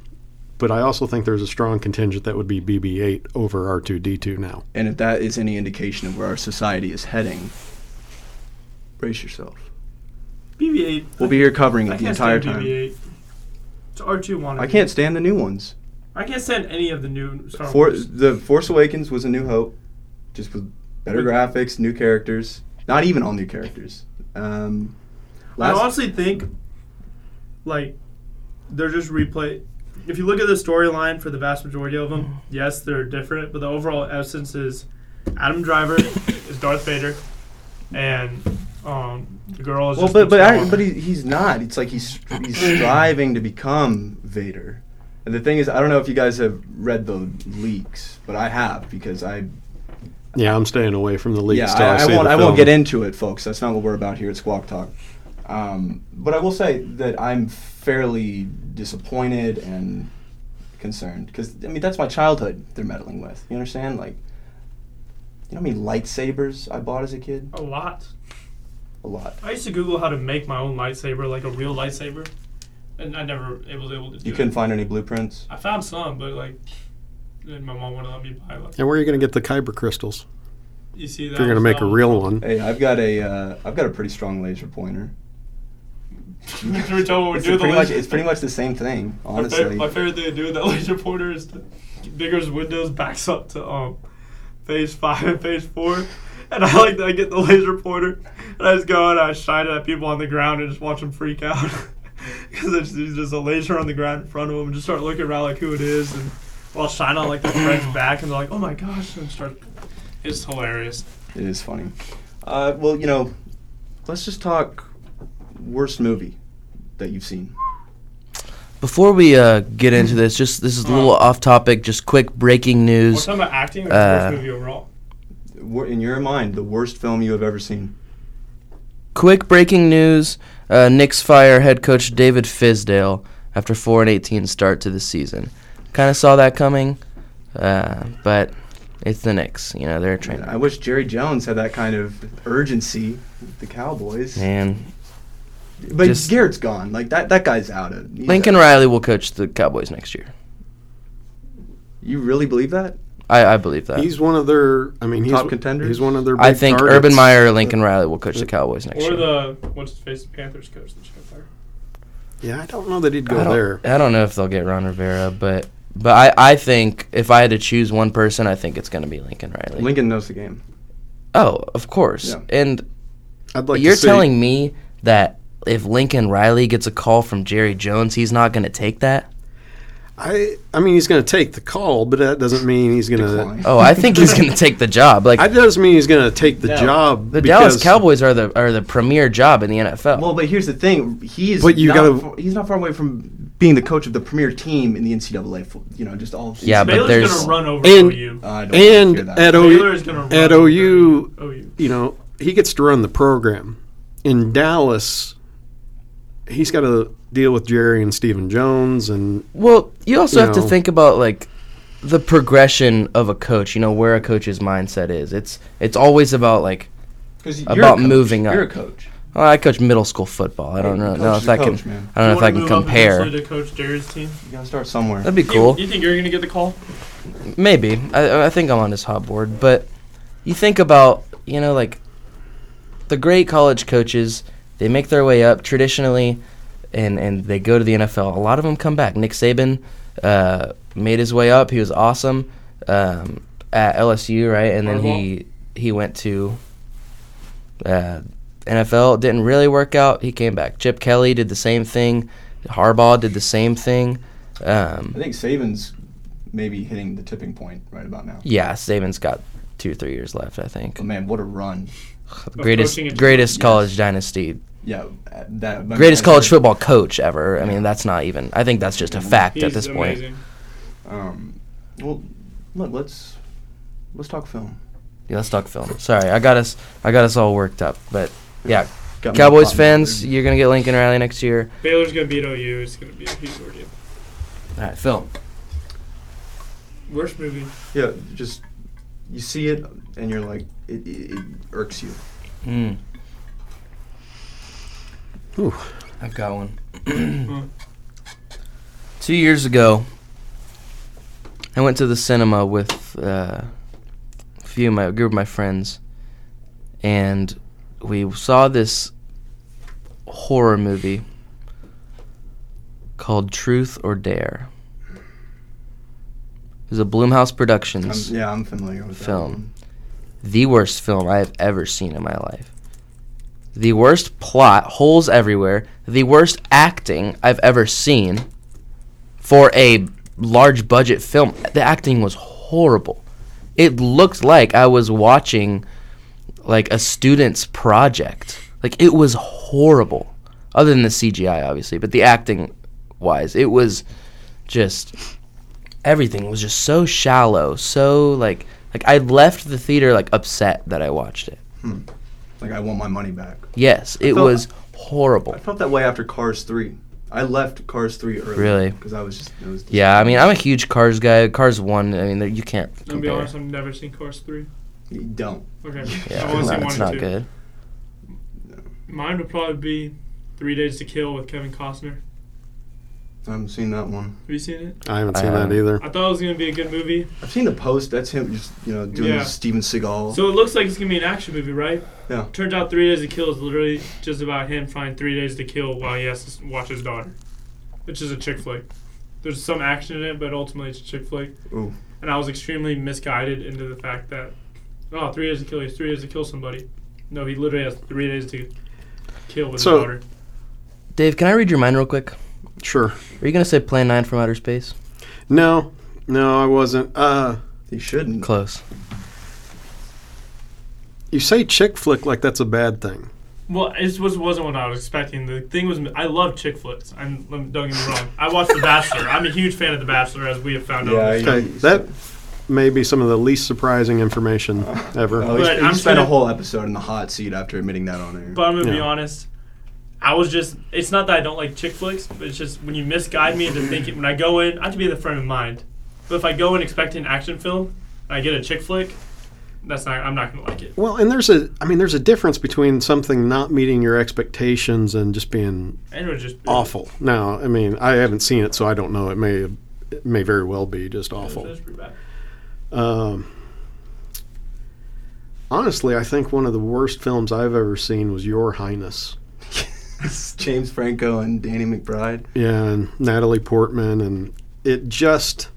[SPEAKER 4] but I also think there's a strong contingent that would be BB 8 over R2 D2 now.
[SPEAKER 1] And if that is any indication of where our society is heading, brace yourself.
[SPEAKER 2] BB-8.
[SPEAKER 1] We'll be here covering
[SPEAKER 2] I
[SPEAKER 1] it the
[SPEAKER 2] can't
[SPEAKER 1] entire
[SPEAKER 2] stand
[SPEAKER 1] time.
[SPEAKER 2] BB-8. It's R2 wannabe.
[SPEAKER 1] I can't stand the new ones.
[SPEAKER 2] I can't stand any of the new Star
[SPEAKER 1] For,
[SPEAKER 2] Wars.
[SPEAKER 1] the Force Awakens was a new hope, just with better
[SPEAKER 2] With-
[SPEAKER 1] graphics, new characters. Not even all new characters. Um, last,
[SPEAKER 2] I honestly think, like, they're just replay. If you look at the storyline for the vast majority of them, yes, they're different, but the overall essence is Adam Driver is Darth Vader, and um, the girl is.
[SPEAKER 1] Well,
[SPEAKER 2] just
[SPEAKER 1] but but
[SPEAKER 2] Luke
[SPEAKER 1] I,
[SPEAKER 2] Skywalker.
[SPEAKER 1] but he, he's not. It's like he's he's striving to become Vader. And the thing is, I don't know if you guys have read the leaks, but I have because I
[SPEAKER 4] Yeah, I'm staying away from the leaks.
[SPEAKER 1] yeah
[SPEAKER 4] till I,
[SPEAKER 1] I, I
[SPEAKER 4] see
[SPEAKER 1] won't
[SPEAKER 4] the
[SPEAKER 1] I won't
[SPEAKER 4] film.
[SPEAKER 1] get into it, folks. That's not what we're about here at Squawk Talk. Um, but I will say that I'm fairly disappointed and concerned because I mean that's my childhood they're meddling with. You understand? Like, you know how many lightsabers I bought as a kid?
[SPEAKER 2] a lot.
[SPEAKER 1] a lot.
[SPEAKER 2] I used to Google how to make my own lightsaber, like a real lightsaber, and I never it was able to. Do
[SPEAKER 1] You
[SPEAKER 2] it.
[SPEAKER 1] couldn't find any blueprints.
[SPEAKER 2] I found some, but like, then my mom wouldn't let me buy. Like,
[SPEAKER 4] And where are you going to get the kyber crystals
[SPEAKER 2] you see that?
[SPEAKER 4] if you're going to
[SPEAKER 2] was-
[SPEAKER 4] make
[SPEAKER 2] that
[SPEAKER 4] a
[SPEAKER 2] was-
[SPEAKER 4] real one?
[SPEAKER 1] Hey, I've got a uh, I've got a pretty strong laser pointer.
[SPEAKER 2] Can we tell what we
[SPEAKER 1] It's
[SPEAKER 2] do with the
[SPEAKER 1] pretty much
[SPEAKER 2] laser-
[SPEAKER 1] it's pretty much the same thing,
[SPEAKER 2] My fa-
[SPEAKER 1] honestly.
[SPEAKER 2] my favorite thing to do with that laser pointer is to Bigger's windows backs up to um phase five and phase four. And I like that I get the laser pointer and I just go and I shine it at people on the ground and just watch them freak out. Because there's, there's just a laser on the ground in front of them and just start looking around like who it is. And I'll shine on like their friend's back and they're like, oh my gosh. And start. It's hilarious.
[SPEAKER 1] It is funny. Uh, well, you know, let's just talk worst movie that you've seen.
[SPEAKER 3] Before we uh, get into this, just this is a little
[SPEAKER 2] Wow.
[SPEAKER 3] off topic. Just quick breaking
[SPEAKER 2] We're
[SPEAKER 3] news.
[SPEAKER 2] talking about acting or
[SPEAKER 3] Uh,
[SPEAKER 2] first movie overall.
[SPEAKER 1] Wha- In your mind, the worst film you have ever seen.
[SPEAKER 3] Quick breaking news: uh, Knicks fire head coach David Fizdale after four and eighteen start to the season. Kind of saw that coming, uh, but it's the Knicks. You know they're a train.
[SPEAKER 1] I wish Jerry Jones had that kind of urgency with the Cowboys.
[SPEAKER 3] Man,
[SPEAKER 1] But
[SPEAKER 3] Just-
[SPEAKER 1] Garrett's gone. Like that. That guy's out of he's
[SPEAKER 3] Lincoln
[SPEAKER 1] out.
[SPEAKER 3] Riley will coach the Cowboys next year.
[SPEAKER 1] You really believe that?
[SPEAKER 3] I, I believe that.
[SPEAKER 4] He's one of their. I mean, he's
[SPEAKER 1] Top contenders?
[SPEAKER 4] He's one of their. Big
[SPEAKER 3] I think
[SPEAKER 4] targets.
[SPEAKER 3] Urban Meyer or Lincoln Riley will coach the Cowboys next
[SPEAKER 2] Or
[SPEAKER 3] year.
[SPEAKER 2] the, what's his face, Panthers coach that you got there.
[SPEAKER 4] Yeah, I don't know that he'd
[SPEAKER 3] I
[SPEAKER 4] go
[SPEAKER 3] don't,
[SPEAKER 4] there.
[SPEAKER 3] I don't know if they'll get Ron Rivera, but but I, I think if I had to choose one person, I think it's going to be Lincoln Riley.
[SPEAKER 1] Lincoln knows the game.
[SPEAKER 3] oh, of course.
[SPEAKER 1] Yeah.
[SPEAKER 3] And
[SPEAKER 4] I'd like.
[SPEAKER 3] you're
[SPEAKER 4] to see.
[SPEAKER 3] telling me that if Lincoln Riley gets a call from Jerry Jones, he's not going to take that?
[SPEAKER 4] I. I mean, he's going to take the call, but that doesn't mean he's going to.
[SPEAKER 1] Decline.
[SPEAKER 3] Oh, I think he's going to take the job. Like
[SPEAKER 4] That doesn't mean he's going to take the
[SPEAKER 2] No.
[SPEAKER 4] job.
[SPEAKER 3] the Dallas
[SPEAKER 4] because-
[SPEAKER 3] Cowboys are the are the premier job in the NFL.
[SPEAKER 1] Well, but here's the thing. He's
[SPEAKER 4] But you
[SPEAKER 1] not
[SPEAKER 4] gotta-
[SPEAKER 1] far- he's not far away from being the coach of the premier team in the NCAA. fo- You know, just all.
[SPEAKER 3] yeah, but
[SPEAKER 2] Baylor's
[SPEAKER 3] there's
[SPEAKER 2] gonna run over
[SPEAKER 4] and-
[SPEAKER 2] OU.
[SPEAKER 1] I don't
[SPEAKER 4] And
[SPEAKER 1] hear that.
[SPEAKER 4] at
[SPEAKER 2] Baylor
[SPEAKER 4] OU,
[SPEAKER 2] is gonna run
[SPEAKER 4] at
[SPEAKER 2] over
[SPEAKER 4] OU,
[SPEAKER 2] OU.
[SPEAKER 4] you know, he gets to run the program. In Dallas, he's got to deal with Jerry and Stephen Jones, and
[SPEAKER 3] Well, you also
[SPEAKER 4] You
[SPEAKER 3] have to
[SPEAKER 4] know.
[SPEAKER 3] think about like the progression of a coach. You know where a coach's mindset is. It's it's always about like
[SPEAKER 1] 'Cause you're a
[SPEAKER 3] about
[SPEAKER 1] coach.
[SPEAKER 3] moving up.
[SPEAKER 1] You're a coach.
[SPEAKER 3] oh, I coach middle school football. I don't
[SPEAKER 1] Hey,
[SPEAKER 3] know,
[SPEAKER 1] coach
[SPEAKER 3] know
[SPEAKER 1] is
[SPEAKER 3] if
[SPEAKER 1] a
[SPEAKER 3] I can.
[SPEAKER 1] coach, man.
[SPEAKER 3] I don't know if
[SPEAKER 2] You
[SPEAKER 3] I
[SPEAKER 2] wanna
[SPEAKER 3] can
[SPEAKER 2] move up eventually
[SPEAKER 3] compare.
[SPEAKER 2] To Coach Jerry's team.
[SPEAKER 1] You gotta start somewhere.
[SPEAKER 3] That'd be
[SPEAKER 2] You-
[SPEAKER 3] cool.
[SPEAKER 2] You, think you're gonna get the call?
[SPEAKER 3] Maybe I I think I'm on his hot board, but you think about you know like the great college coaches. They make their way up traditionally, and and they go to the NFL. A lot of them come back. Nick Saban uh, made his way up. He was awesome um, at LSU, right? And then he he went to uh, NFL. Didn't really work out. He came back. Chip Kelly did the same thing. Harbaugh did the same thing. Um,
[SPEAKER 1] I think Saban's maybe hitting the tipping point right about now.
[SPEAKER 3] yeah, Saban's got two three years left, I think.
[SPEAKER 1] But man, what a run!
[SPEAKER 3] greatest
[SPEAKER 2] coaching it to-
[SPEAKER 3] greatest
[SPEAKER 1] Yes.
[SPEAKER 3] college dynasty,
[SPEAKER 1] Yeah, uh, that I mean,
[SPEAKER 3] greatest
[SPEAKER 1] I
[SPEAKER 3] college
[SPEAKER 1] heard,
[SPEAKER 3] football coach ever. I mean, that's not even. I think that's just a fact
[SPEAKER 2] He's
[SPEAKER 3] at this point.
[SPEAKER 2] amazing.
[SPEAKER 1] Um, well, look, let's let's talk film.
[SPEAKER 3] Yeah, let's talk film. Sorry, I got us. I got us all worked up. But yeah,
[SPEAKER 1] Got me
[SPEAKER 3] Cowboys
[SPEAKER 1] caught in
[SPEAKER 3] fans,
[SPEAKER 1] the-
[SPEAKER 3] you're gonna get Lincoln Riley next year.
[SPEAKER 2] Baylor's gonna beat OU. It's gonna be a huge ordeal.
[SPEAKER 3] All right, film.
[SPEAKER 2] Worst movie.
[SPEAKER 1] Yeah, just you see it and you're like, it, it, it irks you.
[SPEAKER 3] Mm.
[SPEAKER 4] Ooh.
[SPEAKER 3] I've got one. Two years ago, I went to the cinema with uh, a few of my a group of my friends, and we saw this horror movie called Truth or Dare. It was a Bloomhouse
[SPEAKER 1] I'm,
[SPEAKER 3] Productions,
[SPEAKER 1] yeah, I'm familiar with that
[SPEAKER 3] Film.
[SPEAKER 1] one.
[SPEAKER 3] the worst film I have ever seen in my life. The worst plot, holes everywhere, the worst acting I've ever seen for a large budget film. The acting was horrible. It looked like I was watching like a student's project. Like it was horrible. Other than the CGI obviously, but the acting wise, it was just everything was just so shallow, so like like I left the theater like upset that I watched it.
[SPEAKER 1] Like I want my money back.
[SPEAKER 3] Yes, it
[SPEAKER 1] felt-
[SPEAKER 3] was
[SPEAKER 1] I
[SPEAKER 3] horrible.
[SPEAKER 1] felt that way after Cars Three. I left Cars Three early.
[SPEAKER 3] Really?
[SPEAKER 1] Because I was just. It was
[SPEAKER 3] Yeah, I mean I'm a huge Cars guy. Cars one, I mean there- you can't
[SPEAKER 2] I'm gonna be
[SPEAKER 3] compare.
[SPEAKER 2] honest. I've never seen Cars three.
[SPEAKER 1] You don't.
[SPEAKER 2] Okay. I
[SPEAKER 3] Yeah,
[SPEAKER 2] wanna
[SPEAKER 3] no,
[SPEAKER 2] see one
[SPEAKER 3] it's
[SPEAKER 2] and
[SPEAKER 3] not
[SPEAKER 2] two.
[SPEAKER 3] good.
[SPEAKER 2] Mine would probably be Three Days to Kill with Kevin Costner.
[SPEAKER 1] I haven't seen that one.
[SPEAKER 2] Have you seen it?
[SPEAKER 4] I haven't
[SPEAKER 3] I
[SPEAKER 4] seen that
[SPEAKER 3] haven't.
[SPEAKER 4] either.
[SPEAKER 2] I thought it was gonna be a good movie.
[SPEAKER 1] I've seen the post. That's him just you know doing
[SPEAKER 2] Yeah.
[SPEAKER 1] the Steven Seagal.
[SPEAKER 2] So it looks like it's gonna be an action movie, right?
[SPEAKER 1] Yeah.
[SPEAKER 2] Turns out Three Days to Kill is literally just about him finding three days to kill while he has to s- watch his daughter, which is a chick flick. There's some action in it, but ultimately it's a chick flick.
[SPEAKER 1] Ooh.
[SPEAKER 2] And I was extremely misguided into the fact that, oh, three days to kill. He's three days to kill somebody. No, he literally has three days to kill with
[SPEAKER 4] So-
[SPEAKER 2] his daughter.
[SPEAKER 3] Dave, can I read your mind real quick?
[SPEAKER 4] Sure.
[SPEAKER 3] Are you gonna say Plan Nine from Outer Space?
[SPEAKER 4] No, no, I wasn't. Uh,
[SPEAKER 1] he shouldn't.
[SPEAKER 3] Close.
[SPEAKER 4] you say chick flick like that's a bad thing.
[SPEAKER 2] Well, it was wasn't what I was expecting. The thing was, I love chick flicks. I'm don't get me wrong. I watched The Bachelor. I'm a huge fan of The Bachelor, as we have found out.
[SPEAKER 1] Yeah,
[SPEAKER 2] on this
[SPEAKER 1] I-
[SPEAKER 2] show.
[SPEAKER 4] Okay, that may be some of the least surprising information ever.
[SPEAKER 1] Oh, he
[SPEAKER 2] But
[SPEAKER 1] sp- he
[SPEAKER 2] I'm
[SPEAKER 1] spent
[SPEAKER 2] gonna-
[SPEAKER 1] a whole episode in the hot seat after admitting that on air.
[SPEAKER 2] But I'm gonna be
[SPEAKER 4] Yeah.
[SPEAKER 2] honest. I was just. It's not that I don't like chick flicks, but it's just when you misguide me into thinking. When I go in, I have to be the frame of mind. But if I go in expecting an action film and I get a chick flick, that's not. I'm not gonna like it.
[SPEAKER 4] Well, and there's a, I mean, there's a difference between something not meeting your expectations and just being
[SPEAKER 2] And it was just
[SPEAKER 4] awful. Now, I mean, I haven't seen it, so I don't know. It may, it may very well be just
[SPEAKER 2] It was- it
[SPEAKER 4] awful.
[SPEAKER 2] was pretty bad.
[SPEAKER 4] Um, honestly, I think one of the worst films I've ever seen was Your Highness.
[SPEAKER 1] James Franco and Danny McBride.
[SPEAKER 4] Yeah, and Natalie Portman, and it just.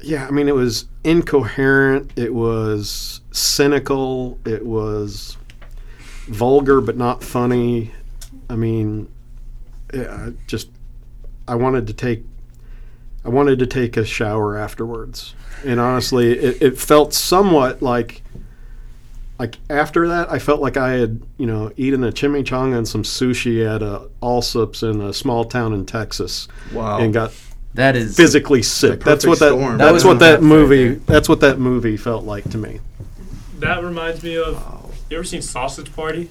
[SPEAKER 4] Yeah, I mean, it was incoherent. It was cynical. It was vulgar, but not funny. I mean, yeah, I just I wanted to take I wanted to take a shower afterwards, and honestly, it, it felt somewhat like like after that, I felt like I had you know eaten a chimichanga and some sushi at a Allsups in a small town in Texas,
[SPEAKER 1] Wow.
[SPEAKER 4] and got
[SPEAKER 3] That is
[SPEAKER 4] physically sick. That's
[SPEAKER 1] perfect
[SPEAKER 4] what that
[SPEAKER 1] storm.
[SPEAKER 3] That
[SPEAKER 4] that's
[SPEAKER 3] was
[SPEAKER 4] what
[SPEAKER 3] not
[SPEAKER 4] that
[SPEAKER 3] fair.
[SPEAKER 4] movie that's what that movie felt like to me.
[SPEAKER 2] That reminds me of.
[SPEAKER 1] Wow.
[SPEAKER 2] You ever seen Sausage Party?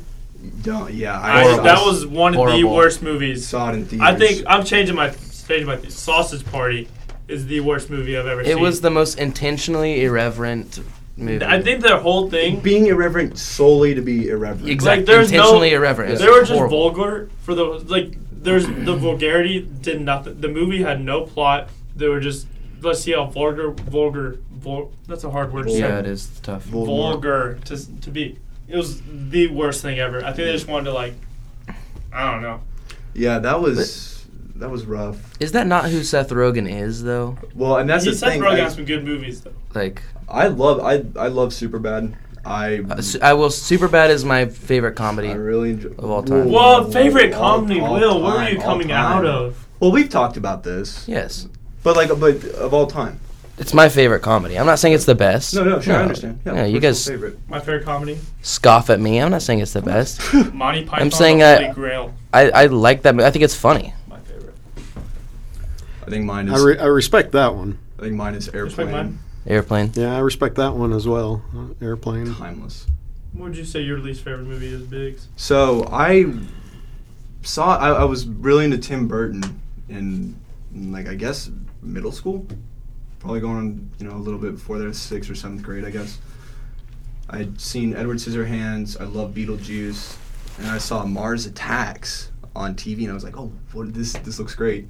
[SPEAKER 1] No, yeah,
[SPEAKER 2] I,
[SPEAKER 1] saw
[SPEAKER 2] that
[SPEAKER 1] it-
[SPEAKER 2] was one of the
[SPEAKER 3] Horrible.
[SPEAKER 2] worst movies.
[SPEAKER 1] saw it in theaters.
[SPEAKER 2] I think I'm changing my changing my Sausage Party is the worst movie I've ever seen.
[SPEAKER 3] It was the most intentionally irreverent movie.
[SPEAKER 2] I think their whole thing.
[SPEAKER 1] being irreverent solely to be irreverent.
[SPEAKER 3] exactly.
[SPEAKER 2] like, there's no-
[SPEAKER 3] intentionally irreverent. It was
[SPEAKER 2] They were just
[SPEAKER 3] horrible.
[SPEAKER 2] vulgar for the like. There's the vulgarity did nothing. The movie had no plot. They were just let's see how vulgar, vulgar, vul, That's a hard word. To
[SPEAKER 3] Yeah,
[SPEAKER 2] say.
[SPEAKER 3] it is tough.
[SPEAKER 1] Vul-
[SPEAKER 2] Vulgar to s- to be. It was the worst thing ever. I think they just wanted to like. I don't know.
[SPEAKER 1] Yeah, that was that was rough.
[SPEAKER 3] Is that not who Seth Rogen is though?
[SPEAKER 1] Well, and that's
[SPEAKER 2] He
[SPEAKER 1] the
[SPEAKER 2] Seth
[SPEAKER 1] thing.
[SPEAKER 2] Rogen
[SPEAKER 1] I,
[SPEAKER 2] has some good movies though.
[SPEAKER 3] Like,
[SPEAKER 1] I love I I love Superbad. I
[SPEAKER 3] uh, Su- I will. Superbad is my favorite comedy.
[SPEAKER 1] I really enjoy
[SPEAKER 3] Of all time.
[SPEAKER 2] Well, favorite
[SPEAKER 1] all-
[SPEAKER 2] comedy,
[SPEAKER 1] all
[SPEAKER 2] Will. where are
[SPEAKER 1] time,
[SPEAKER 2] you
[SPEAKER 1] all
[SPEAKER 2] coming
[SPEAKER 1] time.
[SPEAKER 2] out of?
[SPEAKER 1] Well, we've talked about this,
[SPEAKER 3] Yes,
[SPEAKER 1] but like, but of all time.
[SPEAKER 3] it's my favorite comedy. I'm not saying it's the best.
[SPEAKER 1] No, no, sure, I understand. Yeah, personal
[SPEAKER 3] you guys
[SPEAKER 1] favorite.
[SPEAKER 2] My favorite comedy,
[SPEAKER 3] scoff at me. I'm not saying it's the best.
[SPEAKER 2] Monty Python.
[SPEAKER 3] saying uh,
[SPEAKER 2] The
[SPEAKER 3] I-
[SPEAKER 2] Holy Grail.
[SPEAKER 3] I, I like that. mo- I think it's funny.
[SPEAKER 2] My favorite.
[SPEAKER 1] I think mine
[SPEAKER 4] I,
[SPEAKER 1] is.
[SPEAKER 4] re- I respect that one.
[SPEAKER 1] I think mine is
[SPEAKER 2] Respect
[SPEAKER 1] airplane.
[SPEAKER 2] mine.
[SPEAKER 3] Airplane.
[SPEAKER 4] Yeah, I respect that one as well. Uh, Airplane.
[SPEAKER 1] Timeless.
[SPEAKER 2] What would you say your least favorite movie is, Biggs?
[SPEAKER 1] So I saw. I, I was really into Tim Burton in, in, like I guess middle school, probably going on you know a little bit before there, sixth or seventh grade, I guess. I'd seen Edward Scissorhands. I love Beetlejuice, and I saw Mars Attacks on TV, and I was like, oh, what, this this looks great.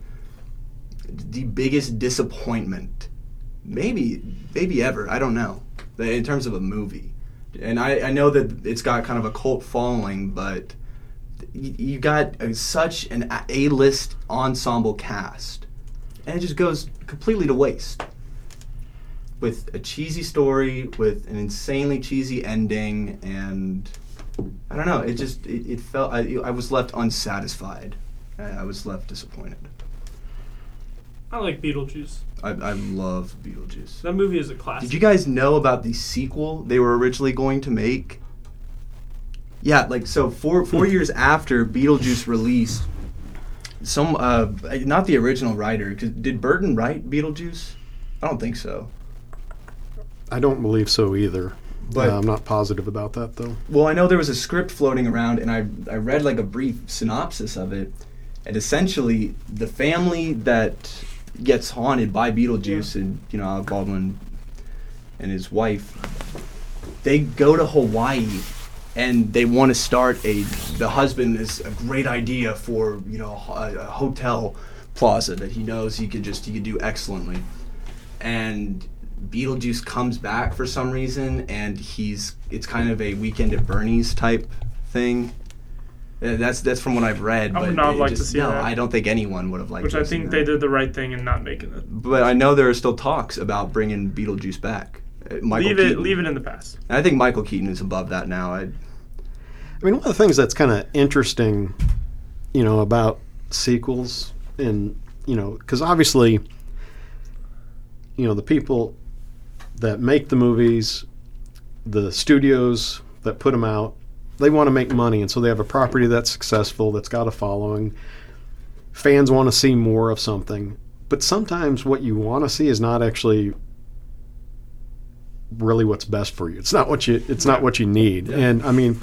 [SPEAKER 1] The biggest disappointment, maybe maybe ever. I don't know. In terms of a movie, and I, I know that it's got kind of a cult following, but you, you got a, such an A list ensemble cast, and it just goes completely to waste. With a cheesy story, with an insanely cheesy ending, and I don't know, it just it, it felt I, I was left unsatisfied. I, I was left disappointed.
[SPEAKER 2] I like Beetlejuice.
[SPEAKER 1] I, I love Beetlejuice.
[SPEAKER 2] That movie is a classic.
[SPEAKER 1] Did you guys know about the sequel they were originally going to make? Yeah, like so four four years after Beetlejuice released, some uh, not the original writer. 'cause Did Burton write Beetlejuice? I don't think so.
[SPEAKER 4] I don't believe so either.
[SPEAKER 1] But-
[SPEAKER 4] Uh, I'm not positive about that though.
[SPEAKER 1] Well, I know there was a script floating around, and I I read like a brief synopsis of it, and essentially the family that gets haunted by Beetlejuice and you know Alec Baldwin and his wife they go to Hawaii and they want to start a the husband is a great idea for you know a, a hotel plaza that he knows he could just he could do excellently and Beetlejuice comes back for some reason and he's it's kind of a weekend at Bernie's type thing Uh, that's that's from what I've read
[SPEAKER 2] I
[SPEAKER 1] but
[SPEAKER 2] would not
[SPEAKER 1] it
[SPEAKER 2] like to
[SPEAKER 1] just-
[SPEAKER 2] see
[SPEAKER 1] no
[SPEAKER 2] that.
[SPEAKER 1] I don't think anyone would have liked
[SPEAKER 2] Which
[SPEAKER 1] to
[SPEAKER 2] I
[SPEAKER 1] have seen
[SPEAKER 2] think
[SPEAKER 1] that.
[SPEAKER 2] they did the right thing in not making it.
[SPEAKER 1] But I know there are still talks about bringing Beetlejuice back. Uh, Michael
[SPEAKER 2] leave it.
[SPEAKER 1] Keaton.
[SPEAKER 2] Leave it in the past.
[SPEAKER 1] And I think Michael Keaton is above that now. I,
[SPEAKER 4] I mean, one of the things that's kind of interesting, you know, about sequels and, you know, because obviously, you know, the people that make the movies, the studios that put them out, they want to make money. And so they have a property that's successful, that's got a following. Fans want to see more of something. But sometimes what you want to see is not actually really what's best for you. It's not what you it's not what you need. And I mean,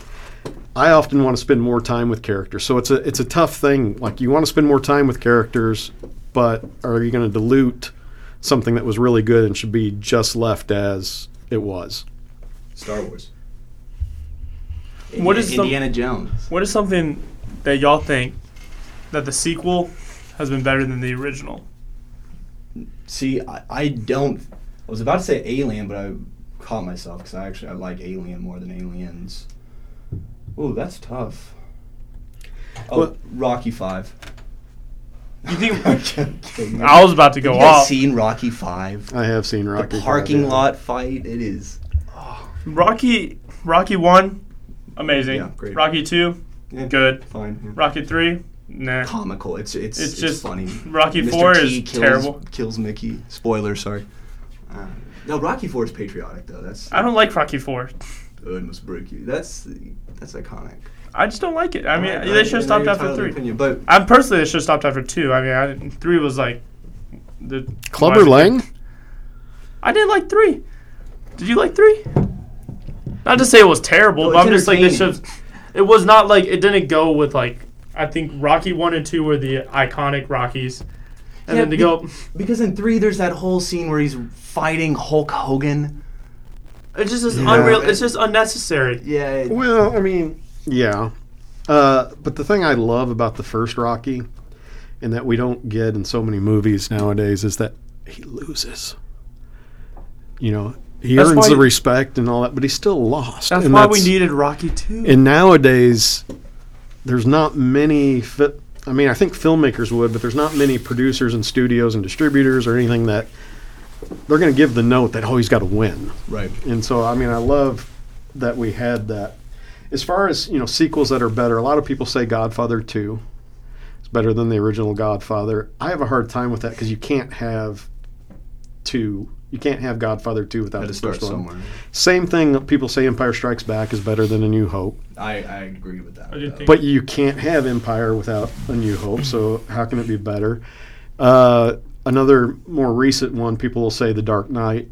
[SPEAKER 4] I often want to spend more time with characters. So it's a it's a tough thing. Like you want to spend more time with characters, but are you going to dilute something that was really good and should be just left as it was?
[SPEAKER 1] Star Wars.
[SPEAKER 2] What
[SPEAKER 1] Indi-
[SPEAKER 2] is some-
[SPEAKER 1] Indiana Jones?
[SPEAKER 2] What is something that y'all think that the sequel has been better than the original?
[SPEAKER 1] See, I, I don't. I was about to say Alien, but I caught myself because I actually I like Alien more than Aliens. Ooh, that's tough. Oh,
[SPEAKER 4] Well-
[SPEAKER 1] Rocky Five.
[SPEAKER 2] You
[SPEAKER 1] I'm
[SPEAKER 2] think?
[SPEAKER 1] kidding.
[SPEAKER 2] I was about to go
[SPEAKER 1] you guys
[SPEAKER 2] off.
[SPEAKER 1] seen Rocky Five?
[SPEAKER 4] I have seen
[SPEAKER 1] The
[SPEAKER 4] Rocky. V,
[SPEAKER 1] parking
[SPEAKER 4] yeah.
[SPEAKER 1] lot fight. It is.
[SPEAKER 2] Rocky. Rocky one, amazing.
[SPEAKER 1] Yeah, great.
[SPEAKER 2] Rocky two,
[SPEAKER 1] Yeah.
[SPEAKER 2] good.
[SPEAKER 1] Fine. yeah.
[SPEAKER 2] Rocky three, nah.
[SPEAKER 1] comical. It's it's
[SPEAKER 2] It's
[SPEAKER 1] it's,
[SPEAKER 2] just-
[SPEAKER 1] funny.
[SPEAKER 2] Rocky
[SPEAKER 1] Mr.
[SPEAKER 2] Four
[SPEAKER 1] T
[SPEAKER 2] is
[SPEAKER 1] kills,
[SPEAKER 2] terrible.
[SPEAKER 1] Kills Mickey. Spoiler, sorry. Uh, no, Rocky Four is patriotic though. That's
[SPEAKER 2] I don't like Rocky four.
[SPEAKER 1] oh, it must break you. That's that's iconic.
[SPEAKER 2] I just don't like it. I mean,
[SPEAKER 1] Alright,
[SPEAKER 2] they
[SPEAKER 1] alright,
[SPEAKER 2] should have
[SPEAKER 1] I know
[SPEAKER 2] stopped
[SPEAKER 1] you're
[SPEAKER 2] after
[SPEAKER 1] entitled to your
[SPEAKER 2] three.
[SPEAKER 1] Opinion, but
[SPEAKER 2] I'm personally, they should have stopped after two. I mean, I, didn't- three was like the
[SPEAKER 4] Clubber
[SPEAKER 2] why-
[SPEAKER 4] Lang.
[SPEAKER 2] I didn't like three. Did you like three? Not to say it was terrible,
[SPEAKER 1] No,
[SPEAKER 2] but I'm
[SPEAKER 1] Oh, it's
[SPEAKER 2] just like this. Should,
[SPEAKER 1] entertaining.
[SPEAKER 2] it was not like it didn't go with like I think Rocky one and two were the iconic Rockies,
[SPEAKER 1] Yeah,
[SPEAKER 2] and then
[SPEAKER 1] be-
[SPEAKER 2] to go,
[SPEAKER 1] because in three, there's that whole scene where he's fighting Hulk Hogan.
[SPEAKER 2] it's just it's
[SPEAKER 4] Yeah.
[SPEAKER 2] unreal. It's just unnecessary.
[SPEAKER 1] Yeah. it-
[SPEAKER 4] Well, I mean, yeah. Uh, but the thing I love about the first Rocky, and that we don't get in so many movies nowadays, is that he loses. You know, he
[SPEAKER 2] That's
[SPEAKER 4] earns
[SPEAKER 2] why-
[SPEAKER 4] the respect and all that, but he still lost.
[SPEAKER 2] That's
[SPEAKER 4] and
[SPEAKER 2] why we needed Rocky two.
[SPEAKER 4] And nowadays, there's not many. Fi- I mean, I think filmmakers would, but there's not many producers and studios and distributors or anything that they're going to give the note that oh, he's got to win.
[SPEAKER 1] Right.
[SPEAKER 4] And so, I mean, I love that we had that. As far as you know, sequels that are better, a lot of people say Godfather Two is better than the original Godfather. I have a hard time with that because you can't have two. You can't have Godfather Two without
[SPEAKER 1] Had
[SPEAKER 4] the
[SPEAKER 1] to
[SPEAKER 4] first
[SPEAKER 1] start
[SPEAKER 4] one.
[SPEAKER 1] somewhere.
[SPEAKER 4] Same thing. that People say Empire Strikes Back is better than A New Hope,
[SPEAKER 1] I, I agree with that.
[SPEAKER 2] I didn't
[SPEAKER 1] though.
[SPEAKER 2] think-
[SPEAKER 4] but you can't have Empire without A New Hope. So how can it be better? Uh, another more recent one, people will say The Dark Knight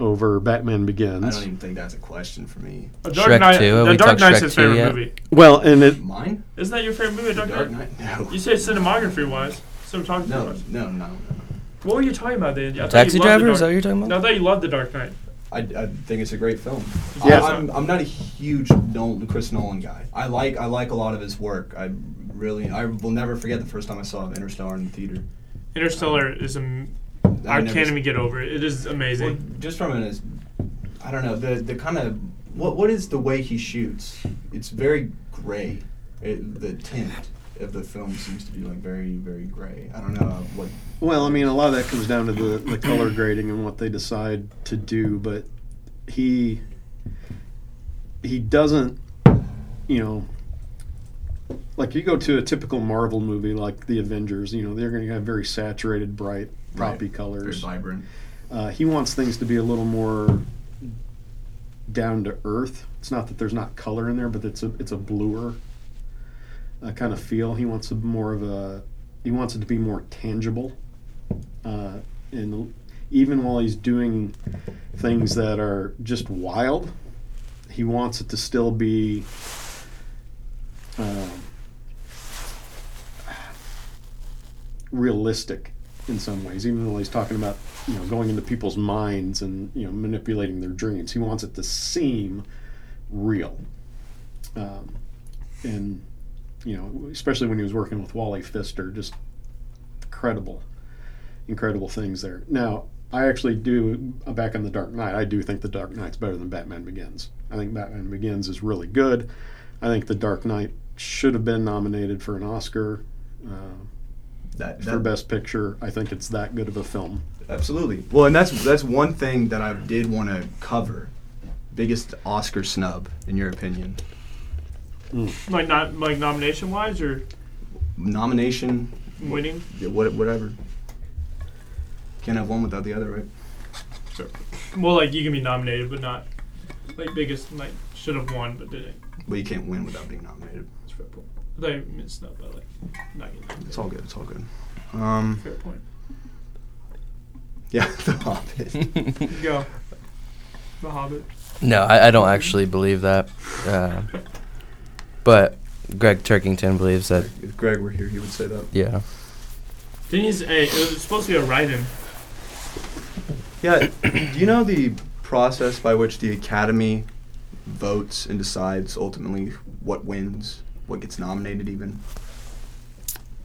[SPEAKER 4] over Batman Begins.
[SPEAKER 1] I don't even think that's a question for me.
[SPEAKER 2] The
[SPEAKER 3] Shrek
[SPEAKER 2] Dark Knight.
[SPEAKER 3] 2, have
[SPEAKER 2] The
[SPEAKER 3] we
[SPEAKER 2] Dark
[SPEAKER 3] talked
[SPEAKER 2] Knight's
[SPEAKER 3] Shrek
[SPEAKER 2] his
[SPEAKER 3] 2
[SPEAKER 2] favorite
[SPEAKER 3] yet?
[SPEAKER 2] movie.
[SPEAKER 4] Well, and it,
[SPEAKER 1] Mine?
[SPEAKER 2] Isn't that your favorite movie, Dark
[SPEAKER 1] Dark
[SPEAKER 2] Knight?
[SPEAKER 1] Knight? No.
[SPEAKER 2] You said cinematography wise. Cinematography
[SPEAKER 1] No,
[SPEAKER 2] wise.
[SPEAKER 1] no, no, no.
[SPEAKER 2] What were you talking about then? I thought you
[SPEAKER 3] Taxi
[SPEAKER 2] loved The
[SPEAKER 3] driver? Is that
[SPEAKER 2] Dark-
[SPEAKER 3] what you're talking
[SPEAKER 2] No, I
[SPEAKER 3] about?
[SPEAKER 2] thought you loved The Dark Knight.
[SPEAKER 1] I, I think it's a great film.
[SPEAKER 4] Yeah.
[SPEAKER 1] I, am I'm not a huge Nolan, Chris Nolan guy. I like I like a lot of his work. I really I will never forget the first time I saw Interstellar in the theater.
[SPEAKER 2] Interstellar is a I,
[SPEAKER 1] I've never
[SPEAKER 2] can't
[SPEAKER 1] s-
[SPEAKER 2] even get over it. It is amazing.
[SPEAKER 1] Well, just from an I don't know the the kind of what what is the way he shoots? It's very gray. It, the tint of the film seems to be like very very gray. I don't know uh, what.
[SPEAKER 4] Well, I mean, a lot of that comes down to the, the color grading and what they decide to do, but he he doesn't, you know, like you go to a typical Marvel movie like the Avengers, you know, they're going to have very saturated, bright, poppy
[SPEAKER 1] Very
[SPEAKER 4] colors.
[SPEAKER 1] vibrant.
[SPEAKER 4] Uh, he wants things to be a little more down to earth. It's not that there's not color in there, but it's a it's a bluer uh, kind of feel. He wants a more of a he wants it to be more tangible, uh, and even while he's doing things that are just wild, he wants it to still be. Um, realistic in some ways, even though he's talking about you know going into people's minds and you know manipulating their dreams. He wants it to seem real, um, and you know especially when he was working with Wally Pfister, just incredible, incredible things there. Now I actually do uh, back on the Dark Knight. I do think the Dark Knight's better than Batman Begins. I think Batman Begins is really good. I think the Dark Knight should have been nominated for an Oscar. Uh,
[SPEAKER 1] That,
[SPEAKER 4] for
[SPEAKER 1] that
[SPEAKER 4] Best Picture. I think it's that good of a film.
[SPEAKER 1] Absolutely. Well, and that's that's one thing that I did want to cover. Biggest Oscar snub, in your opinion,
[SPEAKER 2] Like not like nomination wise or
[SPEAKER 1] nomination,
[SPEAKER 2] winning.
[SPEAKER 1] yeah, what, whatever. Can't have one without the other, right?
[SPEAKER 2] Well, like you can be nominated, but not like biggest like should have won but didn't.
[SPEAKER 1] But you can't win without being nominated.
[SPEAKER 2] That's a fair point. I thought you missed that, but like not getting nominated.
[SPEAKER 1] It's all good. It's all good. Um,
[SPEAKER 2] Fair point.
[SPEAKER 1] yeah, The Hobbit.
[SPEAKER 2] Go. The Hobbit.
[SPEAKER 3] No, I, I don't actually believe that. Uh, but Greg Turkington believes that.
[SPEAKER 1] if Greg were here, he would say that.
[SPEAKER 3] Yeah.
[SPEAKER 2] Didn't he say, it was supposed to be a write-in.
[SPEAKER 1] Yeah. do you know the process by which the Academy votes and decides ultimately what wins, what gets nominated, even?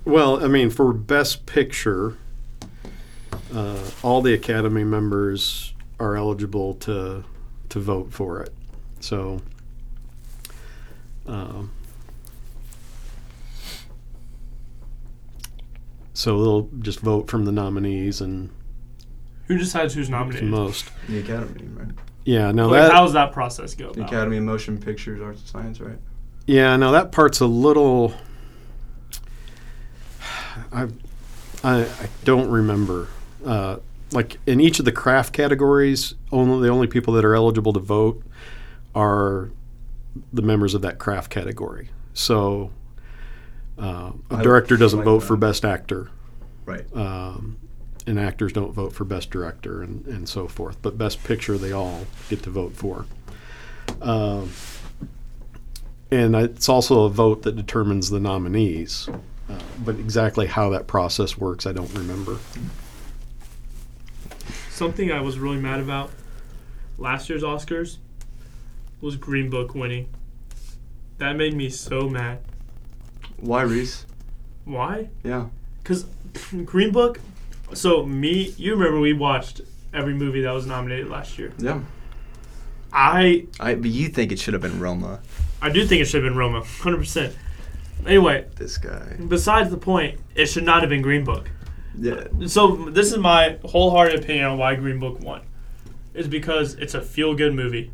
[SPEAKER 4] Well, I mean, for Best Picture, uh, all the Academy members are eligible to to vote for it. So, um, so they'll just vote from the nominees and
[SPEAKER 2] Who decides who's
[SPEAKER 4] the
[SPEAKER 2] nominated?
[SPEAKER 4] most.
[SPEAKER 1] The Academy, right?
[SPEAKER 4] Yeah, no,
[SPEAKER 2] Like,
[SPEAKER 4] that
[SPEAKER 2] how does that process go?
[SPEAKER 1] The
[SPEAKER 2] About?
[SPEAKER 1] Academy of Motion Pictures, Arts and Science, right?
[SPEAKER 4] Yeah, now that part's a little. I, I, I don't remember. Uh, like in each of the craft categories, only the only people that are eligible to vote are the members of that craft category. So uh,
[SPEAKER 1] I
[SPEAKER 4] a director doesn't
[SPEAKER 1] like
[SPEAKER 4] vote
[SPEAKER 1] that.
[SPEAKER 4] for best actor,
[SPEAKER 1] Right.
[SPEAKER 4] um, and actors don't vote for best director, and, and so forth. But best picture, they all get to vote for. Um, and it's also a vote that determines the nominees. Uh, but exactly how that process works, I don't remember.
[SPEAKER 2] Something I was really mad about last year's Oscars was Green Book winning. That made me so mad.
[SPEAKER 1] Why, Reese?
[SPEAKER 2] Why?
[SPEAKER 1] Yeah.
[SPEAKER 2] Because Green Book. So me, you remember we watched every movie that was nominated last year.
[SPEAKER 1] Yeah.
[SPEAKER 2] I
[SPEAKER 1] I, but you think it should have been Roma.
[SPEAKER 2] I do think it should have been Roma, hundred percent. Anyway,
[SPEAKER 1] This guy.
[SPEAKER 2] besides the point, it should not have been Green Book.
[SPEAKER 1] Yeah.
[SPEAKER 2] So this is my wholehearted opinion on why Green Book won. Is because it's a feel good movie.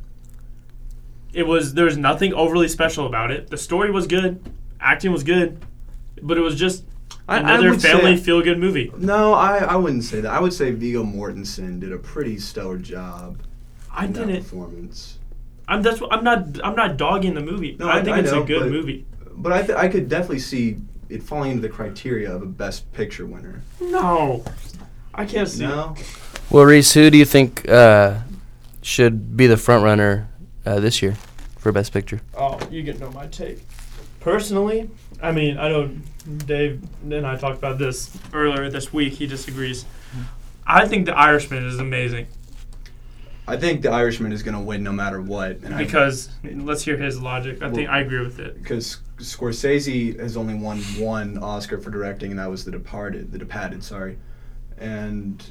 [SPEAKER 2] It was there was nothing overly special about it. The story was good, acting was good, but it was just
[SPEAKER 1] I- I
[SPEAKER 2] another
[SPEAKER 1] would say-
[SPEAKER 2] family feel good movie.
[SPEAKER 1] No, I, I wouldn't say that. I would say Vigo Mortensen did a pretty stellar job
[SPEAKER 2] I
[SPEAKER 1] in that
[SPEAKER 2] didn't.
[SPEAKER 1] performance.
[SPEAKER 2] I'm that's what- I'm not I'm not dogging the movie.
[SPEAKER 1] No,
[SPEAKER 2] I
[SPEAKER 1] I-
[SPEAKER 2] think
[SPEAKER 1] I
[SPEAKER 2] it's
[SPEAKER 1] know,
[SPEAKER 2] a good
[SPEAKER 1] but-
[SPEAKER 2] movie.
[SPEAKER 1] But I, th- I could definitely see it falling into the criteria of a Best Picture winner.
[SPEAKER 2] No, I can't see.
[SPEAKER 1] No?
[SPEAKER 3] Well, Reese, who do you think uh, should be the front runner uh, this year for Best Picture?
[SPEAKER 2] Oh, you get know my take. Personally, I mean, I know Dave and I talked about this earlier this week. He disagrees. I think The Irishman is amazing
[SPEAKER 1] I think The Irishman is going to win no matter what. And
[SPEAKER 2] because let's hear his logic. I think
[SPEAKER 1] Well-
[SPEAKER 2] I agree with it.
[SPEAKER 1] because Scorsese has only won one Oscar for directing, and that was The Departed. The Departed, sorry. And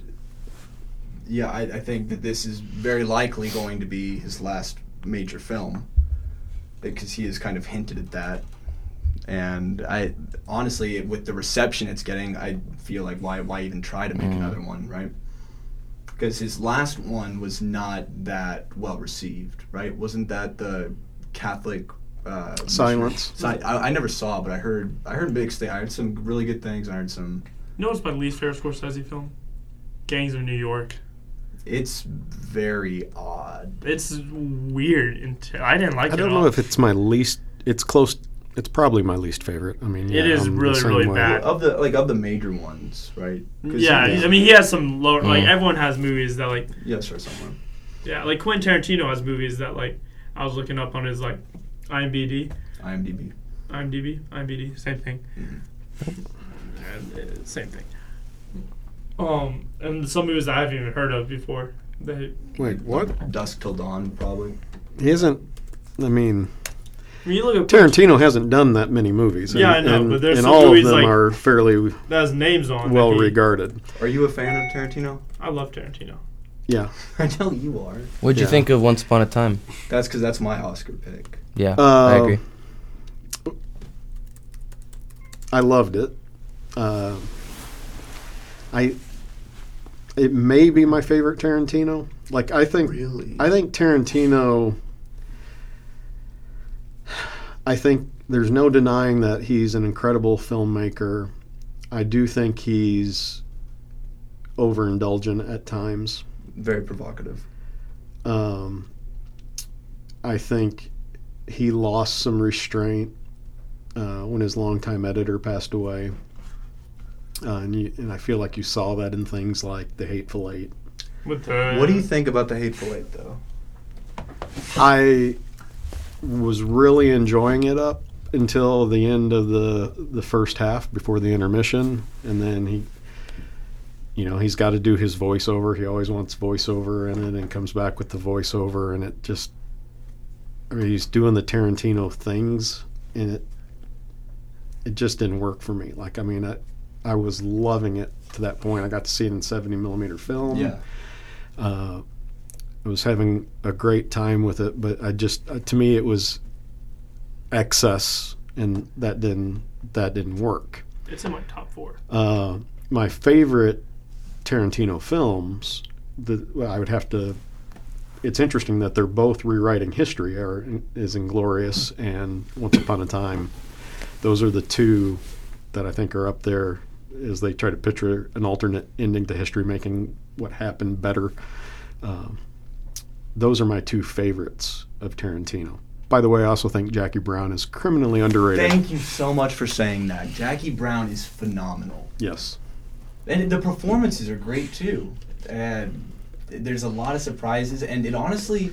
[SPEAKER 1] yeah, I, I think that this is very likely going to be his last major film because he has kind of hinted at that. And I honestly, with the reception it's getting, I feel like why why even try to make
[SPEAKER 3] Mhm.
[SPEAKER 1] another one, right? Because his last one was not that well received, right? Wasn't that the Catholic uh,
[SPEAKER 4] Silence.
[SPEAKER 1] so I, I, I never saw, but I heard I heard big things. I heard some really good things. I heard some.
[SPEAKER 2] You know what's my least favorite Scorsese film? Gangs of New York.
[SPEAKER 1] It's very odd.
[SPEAKER 2] It's weird. And t- I didn't like
[SPEAKER 4] I
[SPEAKER 2] it.
[SPEAKER 4] don't
[SPEAKER 2] at all.
[SPEAKER 4] know if it's my least. It's close. It's probably my least favorite. I mean,
[SPEAKER 2] It
[SPEAKER 4] yeah,
[SPEAKER 2] is
[SPEAKER 4] I'm the
[SPEAKER 2] really,
[SPEAKER 4] same
[SPEAKER 2] really
[SPEAKER 4] way.
[SPEAKER 2] bad.
[SPEAKER 1] Of the like of the major ones, right? 'Cause
[SPEAKER 2] yeah,
[SPEAKER 1] he-
[SPEAKER 2] I mean, he has some lower. Like
[SPEAKER 3] Mm.
[SPEAKER 2] everyone has movies that like
[SPEAKER 1] yeah, sure, someone.
[SPEAKER 2] yeah, like Quentin Tarantino has movies that like I was looking up on his like IMDb.
[SPEAKER 1] IMDb. Mm-hmm.
[SPEAKER 2] IMDb, IMBD, same thing. Uh, same thing. Um, and some movies I haven't even heard of before. They,
[SPEAKER 4] Wait, what?
[SPEAKER 1] Dusk till dawn, probably.
[SPEAKER 4] Isn't? I mean,
[SPEAKER 2] when you look at
[SPEAKER 4] Tarantino hasn't done that many movies.
[SPEAKER 2] Yeah, I know,
[SPEAKER 4] and,
[SPEAKER 2] but there's
[SPEAKER 4] and
[SPEAKER 2] some
[SPEAKER 4] all
[SPEAKER 2] movies,
[SPEAKER 4] of them
[SPEAKER 2] like-
[SPEAKER 4] are fairly
[SPEAKER 2] that has names on.
[SPEAKER 4] well
[SPEAKER 2] like he-
[SPEAKER 4] regarded.
[SPEAKER 1] Are you a fan of Tarantino?
[SPEAKER 2] I love Tarantino.
[SPEAKER 4] Yeah.
[SPEAKER 1] I know you are.
[SPEAKER 3] What'd you
[SPEAKER 4] Yeah.
[SPEAKER 3] think of Once Upon a Time?
[SPEAKER 1] That's because that's my Oscar pick.
[SPEAKER 3] Yeah, I
[SPEAKER 4] Uh,
[SPEAKER 3] agree.
[SPEAKER 4] I loved it. Uh, I it may be my favorite Tarantino. Like I think
[SPEAKER 1] Really?
[SPEAKER 4] I think Tarantino. I think there's no denying that he's an incredible filmmaker. I do think he's overindulgent at times.
[SPEAKER 1] Very provocative.
[SPEAKER 4] Um, I think he lost some restraint uh, when his longtime editor passed away. Uh, and, you, and I feel like you saw that in things like The Hateful Eight.
[SPEAKER 2] With the,
[SPEAKER 1] What do you think about The Hateful Eight, though?
[SPEAKER 4] I was really enjoying it up until the end of the the first half before the intermission, and then he, you know, he's got to do his voiceover. He always wants voiceover in it, and comes back with the voiceover, and it just, I mean, he's doing the Tarantino things, and it, it just didn't work for me. Like, I mean, I, I was loving it to that point. I got to see it in seventy millimeter film uh, I was having a great time with it, but I just uh, to me it was excess, and that didn't that didn't work.
[SPEAKER 2] It's in my top four.
[SPEAKER 4] Uh, my favorite Tarantino films, the well, I would have to. It's interesting that they're both rewriting history. Are is Inglorious and Once Upon a Time. Those are the two that I think are up there as they try to picture an alternate ending to history, making what happened better. Um, those are my two favorites of Tarantino. By the way, I also think Jackie Brown is criminally underrated.
[SPEAKER 1] Thank you so much for saying that. Jackie Brown is phenomenal.
[SPEAKER 4] yes.
[SPEAKER 1] And the performances are great, too. And there's a lot of surprises. And it honestly,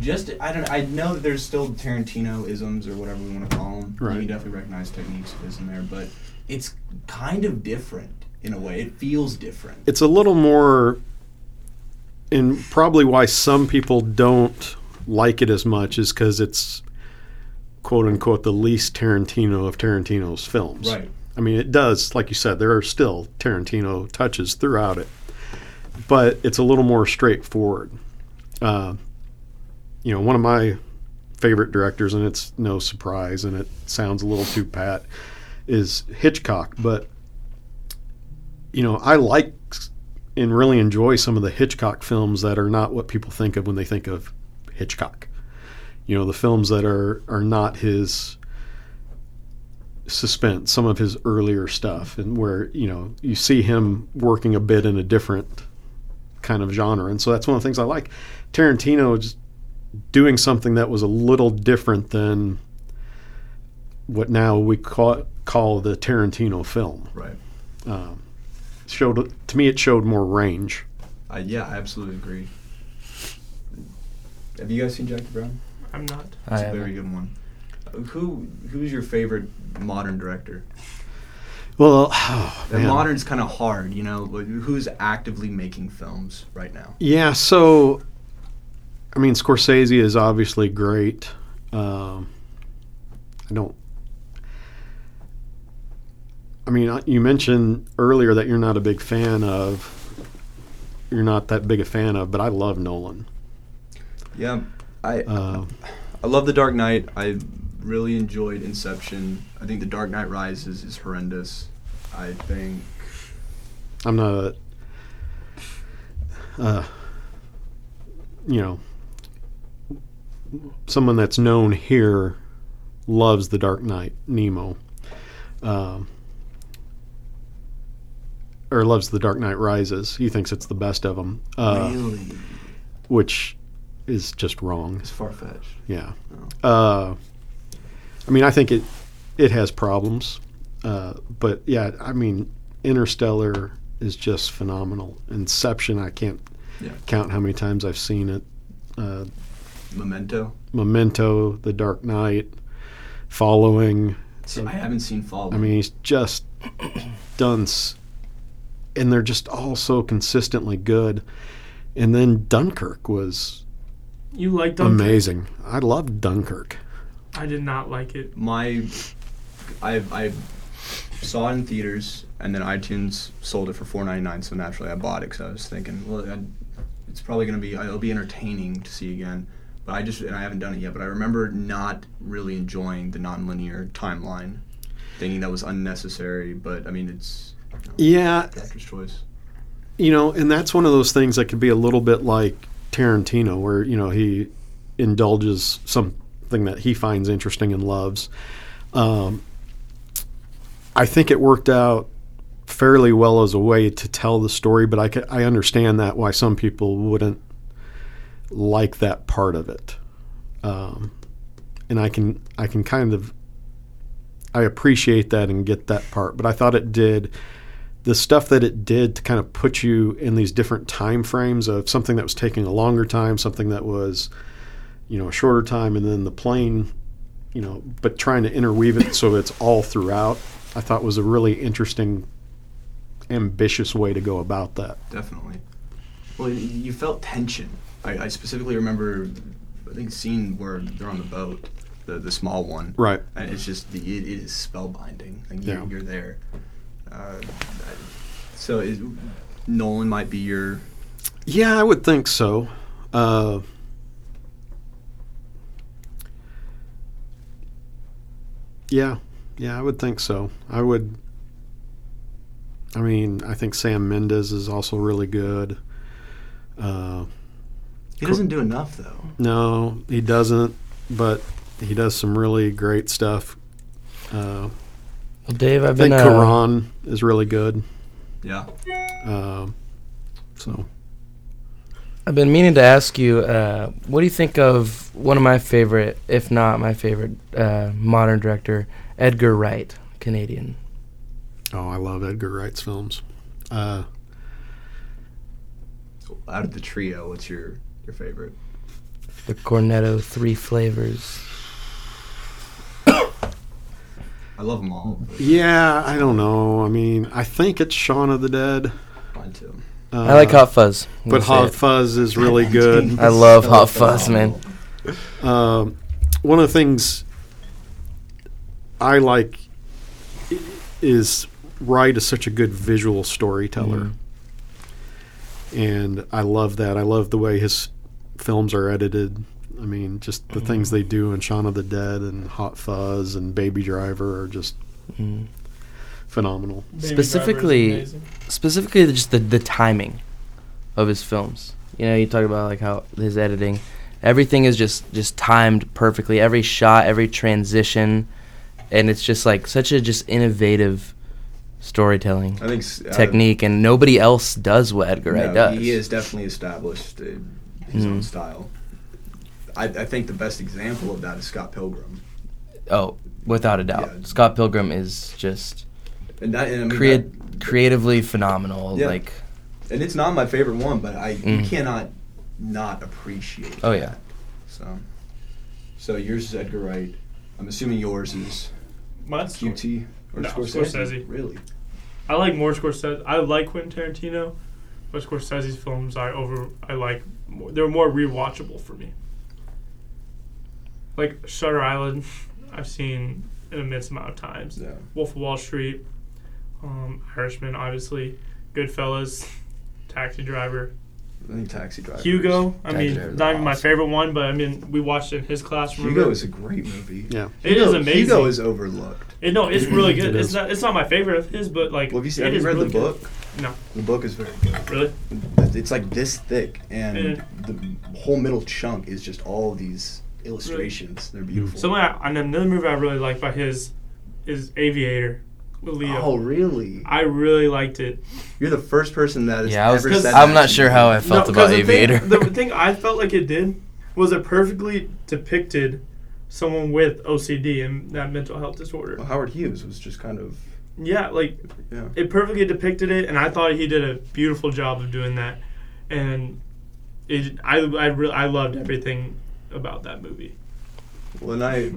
[SPEAKER 1] just, I don't I know that there's still Tarantino isms or whatever we want to call them.
[SPEAKER 4] Right.
[SPEAKER 1] You definitely recognize techniques of ism there, but it's kind of different in a way. It feels different.
[SPEAKER 4] it's a little more and probably why some people don't like it as much is because it's quote unquote the least tarantino of tarantino's films
[SPEAKER 1] Right.
[SPEAKER 4] i mean it does like you said there are still tarantino touches throughout it but it's a little more straightforward uh, you know one of my favorite directors and it's no surprise and it sounds a little too pat is hitchcock but you know, I like and really enjoy some of the Hitchcock films that are not what people think of when they think of Hitchcock. You know, the films that are are not his suspense, some of his earlier stuff, and where you know you see him working a bit in a different kind of genre, and so that's one of the things I like. Tarantino is doing something that was a little different than what now we call, call the Tarantino film
[SPEAKER 1] Right.
[SPEAKER 4] um, showed to me it showed more range.
[SPEAKER 1] Uh, yeah, I absolutely agree. Have you guys seen Jackie Brown?
[SPEAKER 2] I'm not.
[SPEAKER 3] I
[SPEAKER 1] It's a
[SPEAKER 3] haven't.
[SPEAKER 1] very good one. Uh, Who who's your favorite modern director?
[SPEAKER 4] Well, oh,
[SPEAKER 1] The
[SPEAKER 4] man.
[SPEAKER 1] modern's kind of hard, you know. like, Who's actively making films right now?
[SPEAKER 4] yeah. So, I mean, Scorsese is obviously great. Um, I don't. I mean, I- you mentioned earlier that you're not a big fan of. You're not that big a fan of, but I love Nolan.
[SPEAKER 1] Yeah, I
[SPEAKER 4] Uh,
[SPEAKER 1] I love The Dark Knight. I really enjoyed Inception. I think The Dark Knight Rises is horrendous. I think
[SPEAKER 4] I'm not a, uh, you know, someone that's known here loves The Dark Knight, Nemo, um, or loves The Dark Knight Rises. He thinks it's the best of them, uh,
[SPEAKER 1] really
[SPEAKER 4] which is just wrong.
[SPEAKER 1] it's far fetched.
[SPEAKER 4] Yeah. Uh, I mean, I think it it has problems, uh, but yeah, I mean, Interstellar is just phenomenal. Inception, I can't
[SPEAKER 1] Yeah.
[SPEAKER 4] count how many times I've seen it. Uh,
[SPEAKER 1] Memento.
[SPEAKER 4] Memento, The Dark Knight, Following.
[SPEAKER 1] See, I haven't seen Fall.
[SPEAKER 4] I mean, he's just done s- and they're just all so consistently good. And then Dunkirk was
[SPEAKER 2] You liked Dunkirk.
[SPEAKER 4] amazing. I loved Dunkirk.
[SPEAKER 2] I did not like it.
[SPEAKER 1] My, I I saw it in theaters, and then iTunes sold it for four ninety nine. So naturally, I bought it because I was thinking, well, I, it's probably gonna be it'll be entertaining to see again. But I just and I haven't done it yet. But I remember not really enjoying the nonlinear timeline, thinking that was unnecessary. But I mean, it's
[SPEAKER 4] Yeah,
[SPEAKER 1] director's choice.
[SPEAKER 4] you know, and that's one of those things that could be a little bit like Tarantino, where you know he indulges something that he finds interesting and loves. Um, I think it worked out fairly well as a way to tell the story, but I ca- I understand that why some people wouldn't like that part of it, um, and I can I can kind of I appreciate that and get that part, but I thought it did the stuff that it did to kind of put you in these different time frames of something that was taking a longer time, something that was, you know, a shorter time, and then the plane, you know, but trying to interweave it so it's all throughout, I thought was a really interesting, ambitious way to go about that.
[SPEAKER 1] Definitely. Well, y- you felt tension. I, I specifically remember, I think, scene where they're on the boat, the the small one.
[SPEAKER 4] Right.
[SPEAKER 1] And it's just the it, it is spellbinding. Like you're,
[SPEAKER 4] Yeah.
[SPEAKER 1] you're there. Uh, I- so is, Nolan might be your
[SPEAKER 4] Yeah, I would think so. Uh, yeah, yeah, I would think so. I would. I mean, I think Sam Mendes is also really good. Uh,
[SPEAKER 1] he doesn't do enough though.
[SPEAKER 4] no, he doesn't, but he does some really great stuff. Uh,
[SPEAKER 3] Well, Dave, I've
[SPEAKER 4] I think
[SPEAKER 3] been uh,
[SPEAKER 4] Karan is really good.
[SPEAKER 1] Yeah.
[SPEAKER 4] Uh, so
[SPEAKER 3] I've been meaning to ask you, uh, what do you think of one of my favorite, if not my favorite, uh, modern director, Edgar Wright, Canadian?
[SPEAKER 4] Oh, I love Edgar Wright's films. Uh,
[SPEAKER 1] So out of the trio, what's your your favorite?
[SPEAKER 3] The Cornetto Three Flavors.
[SPEAKER 1] I love them all. but
[SPEAKER 4] Yeah, I don't know. I mean, I think it's Shaun of the Dead.
[SPEAKER 1] Mine too.
[SPEAKER 4] Uh,
[SPEAKER 3] I like Hot Fuzz. I'm
[SPEAKER 4] but
[SPEAKER 3] gonna say
[SPEAKER 4] Hot
[SPEAKER 3] it.
[SPEAKER 4] Fuzz is really good.
[SPEAKER 3] I love Hot Fuzz, man.
[SPEAKER 4] Um, one of the things I like i- is Wright is such a good visual
[SPEAKER 3] Mm.
[SPEAKER 4] storyteller, and I love that. I love the way his films are edited. I mean, just
[SPEAKER 3] Mm.
[SPEAKER 4] the things they do in Shaun of the Dead and Hot Fuzz and Baby Driver are just
[SPEAKER 3] Mm.
[SPEAKER 4] phenomenal.
[SPEAKER 2] Baby
[SPEAKER 3] Specifically-
[SPEAKER 2] Driver is amazing.
[SPEAKER 3] Specifically, just the, the timing of his films. You know, you talk about like how his editing, everything is just just timed perfectly. Every shot, every transition, and it's just like such a just innovative storytelling.
[SPEAKER 1] I think s- out of-
[SPEAKER 3] technique, and nobody else does what Edgar Wright
[SPEAKER 1] Uh, No,
[SPEAKER 3] does.
[SPEAKER 1] He has definitely established uh, his own
[SPEAKER 3] Mhm.
[SPEAKER 1] style. I, I think the best example of that is Scott Pilgrim,
[SPEAKER 3] Oh, without a doubt,
[SPEAKER 1] Yeah.
[SPEAKER 3] Scott Pilgrim is just
[SPEAKER 1] and that and, I mean,
[SPEAKER 3] create
[SPEAKER 1] that-
[SPEAKER 3] creatively phenomenal.
[SPEAKER 1] Yeah.
[SPEAKER 3] Like,
[SPEAKER 1] and it's not my favorite one, but I
[SPEAKER 3] Mhm.
[SPEAKER 1] you cannot not appreciate.
[SPEAKER 3] Oh,
[SPEAKER 1] that.
[SPEAKER 3] yeah.
[SPEAKER 1] So, so yours is Edgar Wright. I'm assuming yours is
[SPEAKER 2] Mine's
[SPEAKER 1] QT or
[SPEAKER 2] No,
[SPEAKER 1] Scorsese.
[SPEAKER 2] Scorsese.
[SPEAKER 1] Really?
[SPEAKER 2] I like more Scorsese. I like Quentin Tarantino, but Scorsese's films I over I like. More, they're more rewatchable for me. Like Shutter Island, I've seen an immense amount of times.
[SPEAKER 1] Yeah.
[SPEAKER 2] Wolf of Wall Street, um, Irishman, obviously, Goodfellas, Taxi Driver,
[SPEAKER 1] I think Taxi Driver. is-
[SPEAKER 2] Hugo. I
[SPEAKER 3] Taxi
[SPEAKER 2] mean,
[SPEAKER 3] Driver's
[SPEAKER 2] not even my
[SPEAKER 3] awesome.
[SPEAKER 2] favorite one, but I mean, we watched it in his classroom.
[SPEAKER 1] Hugo is a great movie.
[SPEAKER 4] Yeah.
[SPEAKER 2] It
[SPEAKER 1] Hugo,
[SPEAKER 2] is amazing.
[SPEAKER 1] Hugo is overlooked.
[SPEAKER 2] It- no, it's really good.
[SPEAKER 4] It
[SPEAKER 2] it's
[SPEAKER 4] is.
[SPEAKER 2] not. It's not my favorite of his, but like,
[SPEAKER 1] Well, have you seen, have
[SPEAKER 2] it
[SPEAKER 1] you
[SPEAKER 2] is
[SPEAKER 1] read
[SPEAKER 2] really
[SPEAKER 1] the
[SPEAKER 2] good.
[SPEAKER 1] book?
[SPEAKER 2] No,
[SPEAKER 1] The book is very good.
[SPEAKER 2] really.
[SPEAKER 1] it's like this thick and
[SPEAKER 2] Yeah.
[SPEAKER 1] the whole middle chunk is just all these illustrations they're beautiful
[SPEAKER 2] Something I, and another movie I really like by his is Aviator with Leo.
[SPEAKER 1] oh really
[SPEAKER 2] I really liked it.
[SPEAKER 1] you're the first person that has
[SPEAKER 3] yeah, I was,
[SPEAKER 1] ever said that
[SPEAKER 3] I'm
[SPEAKER 1] to
[SPEAKER 3] not sure
[SPEAKER 1] me.
[SPEAKER 3] how I felt
[SPEAKER 2] 'cause
[SPEAKER 3] about
[SPEAKER 2] the
[SPEAKER 3] Aviator.
[SPEAKER 2] Thing, the thing I felt like it did was it perfectly depicted someone with OCD and that mental health disorder.
[SPEAKER 1] well, howard hughes was just kind of
[SPEAKER 2] Yeah, like
[SPEAKER 1] yeah
[SPEAKER 2] it perfectly depicted it, and I thought he did a beautiful job of doing that. And it, I, I, re- I loved everything about that movie.
[SPEAKER 1] well and i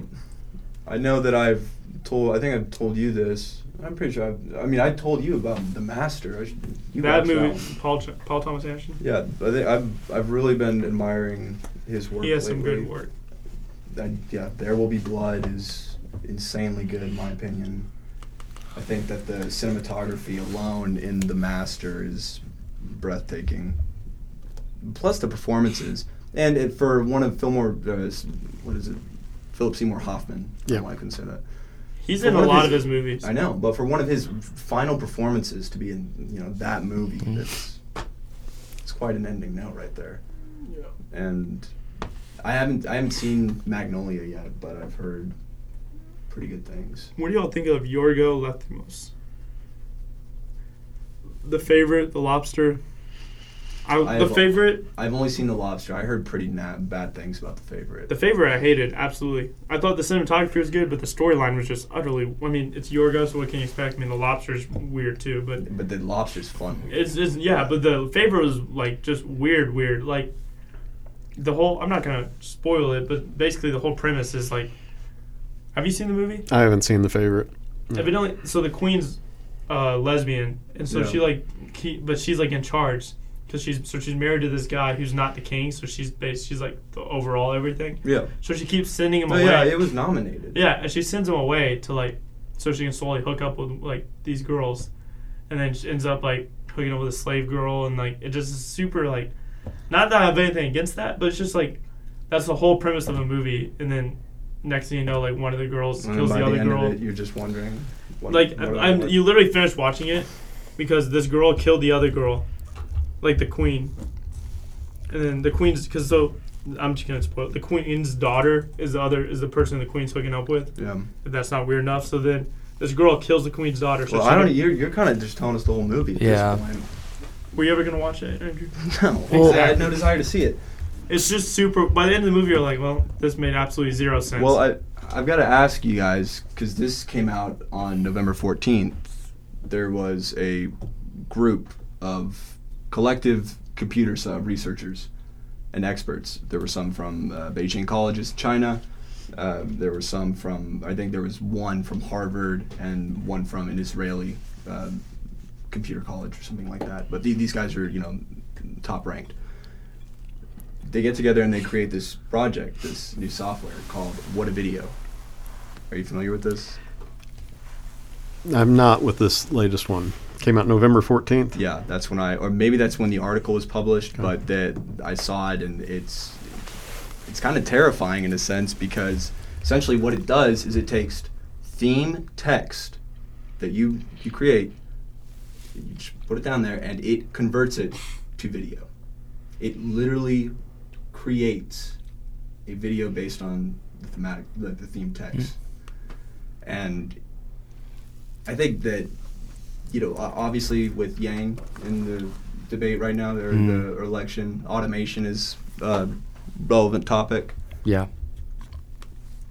[SPEAKER 1] i know that i've told I think I've told you this. I'm pretty sure. I've, I mean, I told you about The Master. I should, you
[SPEAKER 2] that
[SPEAKER 1] watched
[SPEAKER 2] movie,
[SPEAKER 1] one.
[SPEAKER 2] Paul Ch- Paul Thomas Anderson.
[SPEAKER 1] Yeah, I think I've I've really been admiring his work.
[SPEAKER 2] He has some
[SPEAKER 1] lately.
[SPEAKER 2] good work.
[SPEAKER 1] And, yeah, There Will Be Blood is insanely good in my opinion. I think that the cinematography alone in The Master is breathtaking. Plus the performances, and it, for one of Fillmore, uh, s- what is it, Philip Seymour Hoffman. I
[SPEAKER 4] Yeah.
[SPEAKER 1] don't know why I couldn't say that.
[SPEAKER 2] He's
[SPEAKER 1] Well,
[SPEAKER 2] in a
[SPEAKER 1] one of
[SPEAKER 2] lot
[SPEAKER 1] his-
[SPEAKER 2] of his movies.
[SPEAKER 1] I know, but for one of his final performances to be in, you know, that movie, that's it's quite an ending note right there.
[SPEAKER 2] Yeah.
[SPEAKER 1] And I haven't I haven't seen Magnolia yet, but I've heard pretty good things.
[SPEAKER 2] What do y'all think of Yorgo Lathimos? The favorite, the lobster. I,
[SPEAKER 1] I
[SPEAKER 2] the
[SPEAKER 1] have-
[SPEAKER 2] favorite,
[SPEAKER 1] I've only seen The Lobster. I heard pretty na- bad things about The Favorite.
[SPEAKER 2] the favorite. I hated absolutely. I thought the cinematography was good, but the storyline was just utterly. I mean, it's Yorgo, so what can you expect? I mean, the lobster's weird too, but
[SPEAKER 1] but The Lobster's fun.
[SPEAKER 2] It's, it's yeah, but the favorite was like just weird, weird. Like the whole. I'm not gonna spoil it, but basically the whole premise is like. Have you seen the movie?
[SPEAKER 4] I haven't seen the favorite.
[SPEAKER 1] Hmm.
[SPEAKER 2] Evidently, so the queen's uh, lesbian, and so
[SPEAKER 1] Yeah.
[SPEAKER 2] she like, keep, but she's like in charge because she's so she's married to this guy who's not the king, so she's based she's like the overall everything.
[SPEAKER 1] Yeah.
[SPEAKER 2] So she keeps sending him
[SPEAKER 1] Oh,
[SPEAKER 2] away.
[SPEAKER 1] yeah, it was nominated.
[SPEAKER 2] Yeah, and she sends him away to like, so she can slowly hook up with like these girls, and then she ends up like hooking up with a slave girl, and like it just is super like, not that I have anything against that, but it's just like, that's the whole premise of a movie, and then next thing you know, like one of the girls
[SPEAKER 1] And
[SPEAKER 2] kills
[SPEAKER 1] by
[SPEAKER 2] the other
[SPEAKER 1] end
[SPEAKER 2] girl.
[SPEAKER 1] of it, you're just wondering. What,
[SPEAKER 2] Like
[SPEAKER 1] what-
[SPEAKER 2] I'm,
[SPEAKER 1] what-
[SPEAKER 2] you literally finished watching it because this girl killed the other girl, like the queen, and then the queen's because so I'm just gonna spoil it. the queen's daughter is the other is the person the queen's hooking up with
[SPEAKER 1] Yeah.
[SPEAKER 2] if that's not weird enough. So then this girl kills the queen's daughter. So
[SPEAKER 1] Well,
[SPEAKER 2] she
[SPEAKER 1] I don't.
[SPEAKER 2] go-
[SPEAKER 1] You're, you're kind of just telling us the whole movie. At
[SPEAKER 3] Yeah.
[SPEAKER 1] This point.
[SPEAKER 2] were you ever gonna watch it, Andrew?
[SPEAKER 1] No,
[SPEAKER 3] Well-
[SPEAKER 1] I had no desire to see it.
[SPEAKER 2] It's just super. By the end of the movie, you're like, well, this made absolutely zero sense.
[SPEAKER 1] Well, I I've got to ask you guys because this came out on November fourteenth. There was a group of collective computer sub researchers and experts. There were some from uh, Beijing colleges, in China. Uh, there were some from I think there was one from Harvard and one from an Israeli uh, computer college or something like that. But the, these guys are you know top ranked they get together and they create this project, this new software called What a Video. Are you familiar with this?
[SPEAKER 4] I'm not with this latest one. Came out November 14th.
[SPEAKER 1] Yeah, that's when I, or maybe that's when the article was published, but that I saw it and it's it's kind of terrifying in a sense because essentially what it does is it takes theme text that you you create, you just put it down there, and it converts it to video. It literally creates a video based on the thematic, the, the theme
[SPEAKER 3] Mm.
[SPEAKER 1] text, and I think that you know, o- obviously with Yang in the debate right now, or
[SPEAKER 3] Mm.
[SPEAKER 1] the election, automation is a relevant topic.
[SPEAKER 3] Yeah.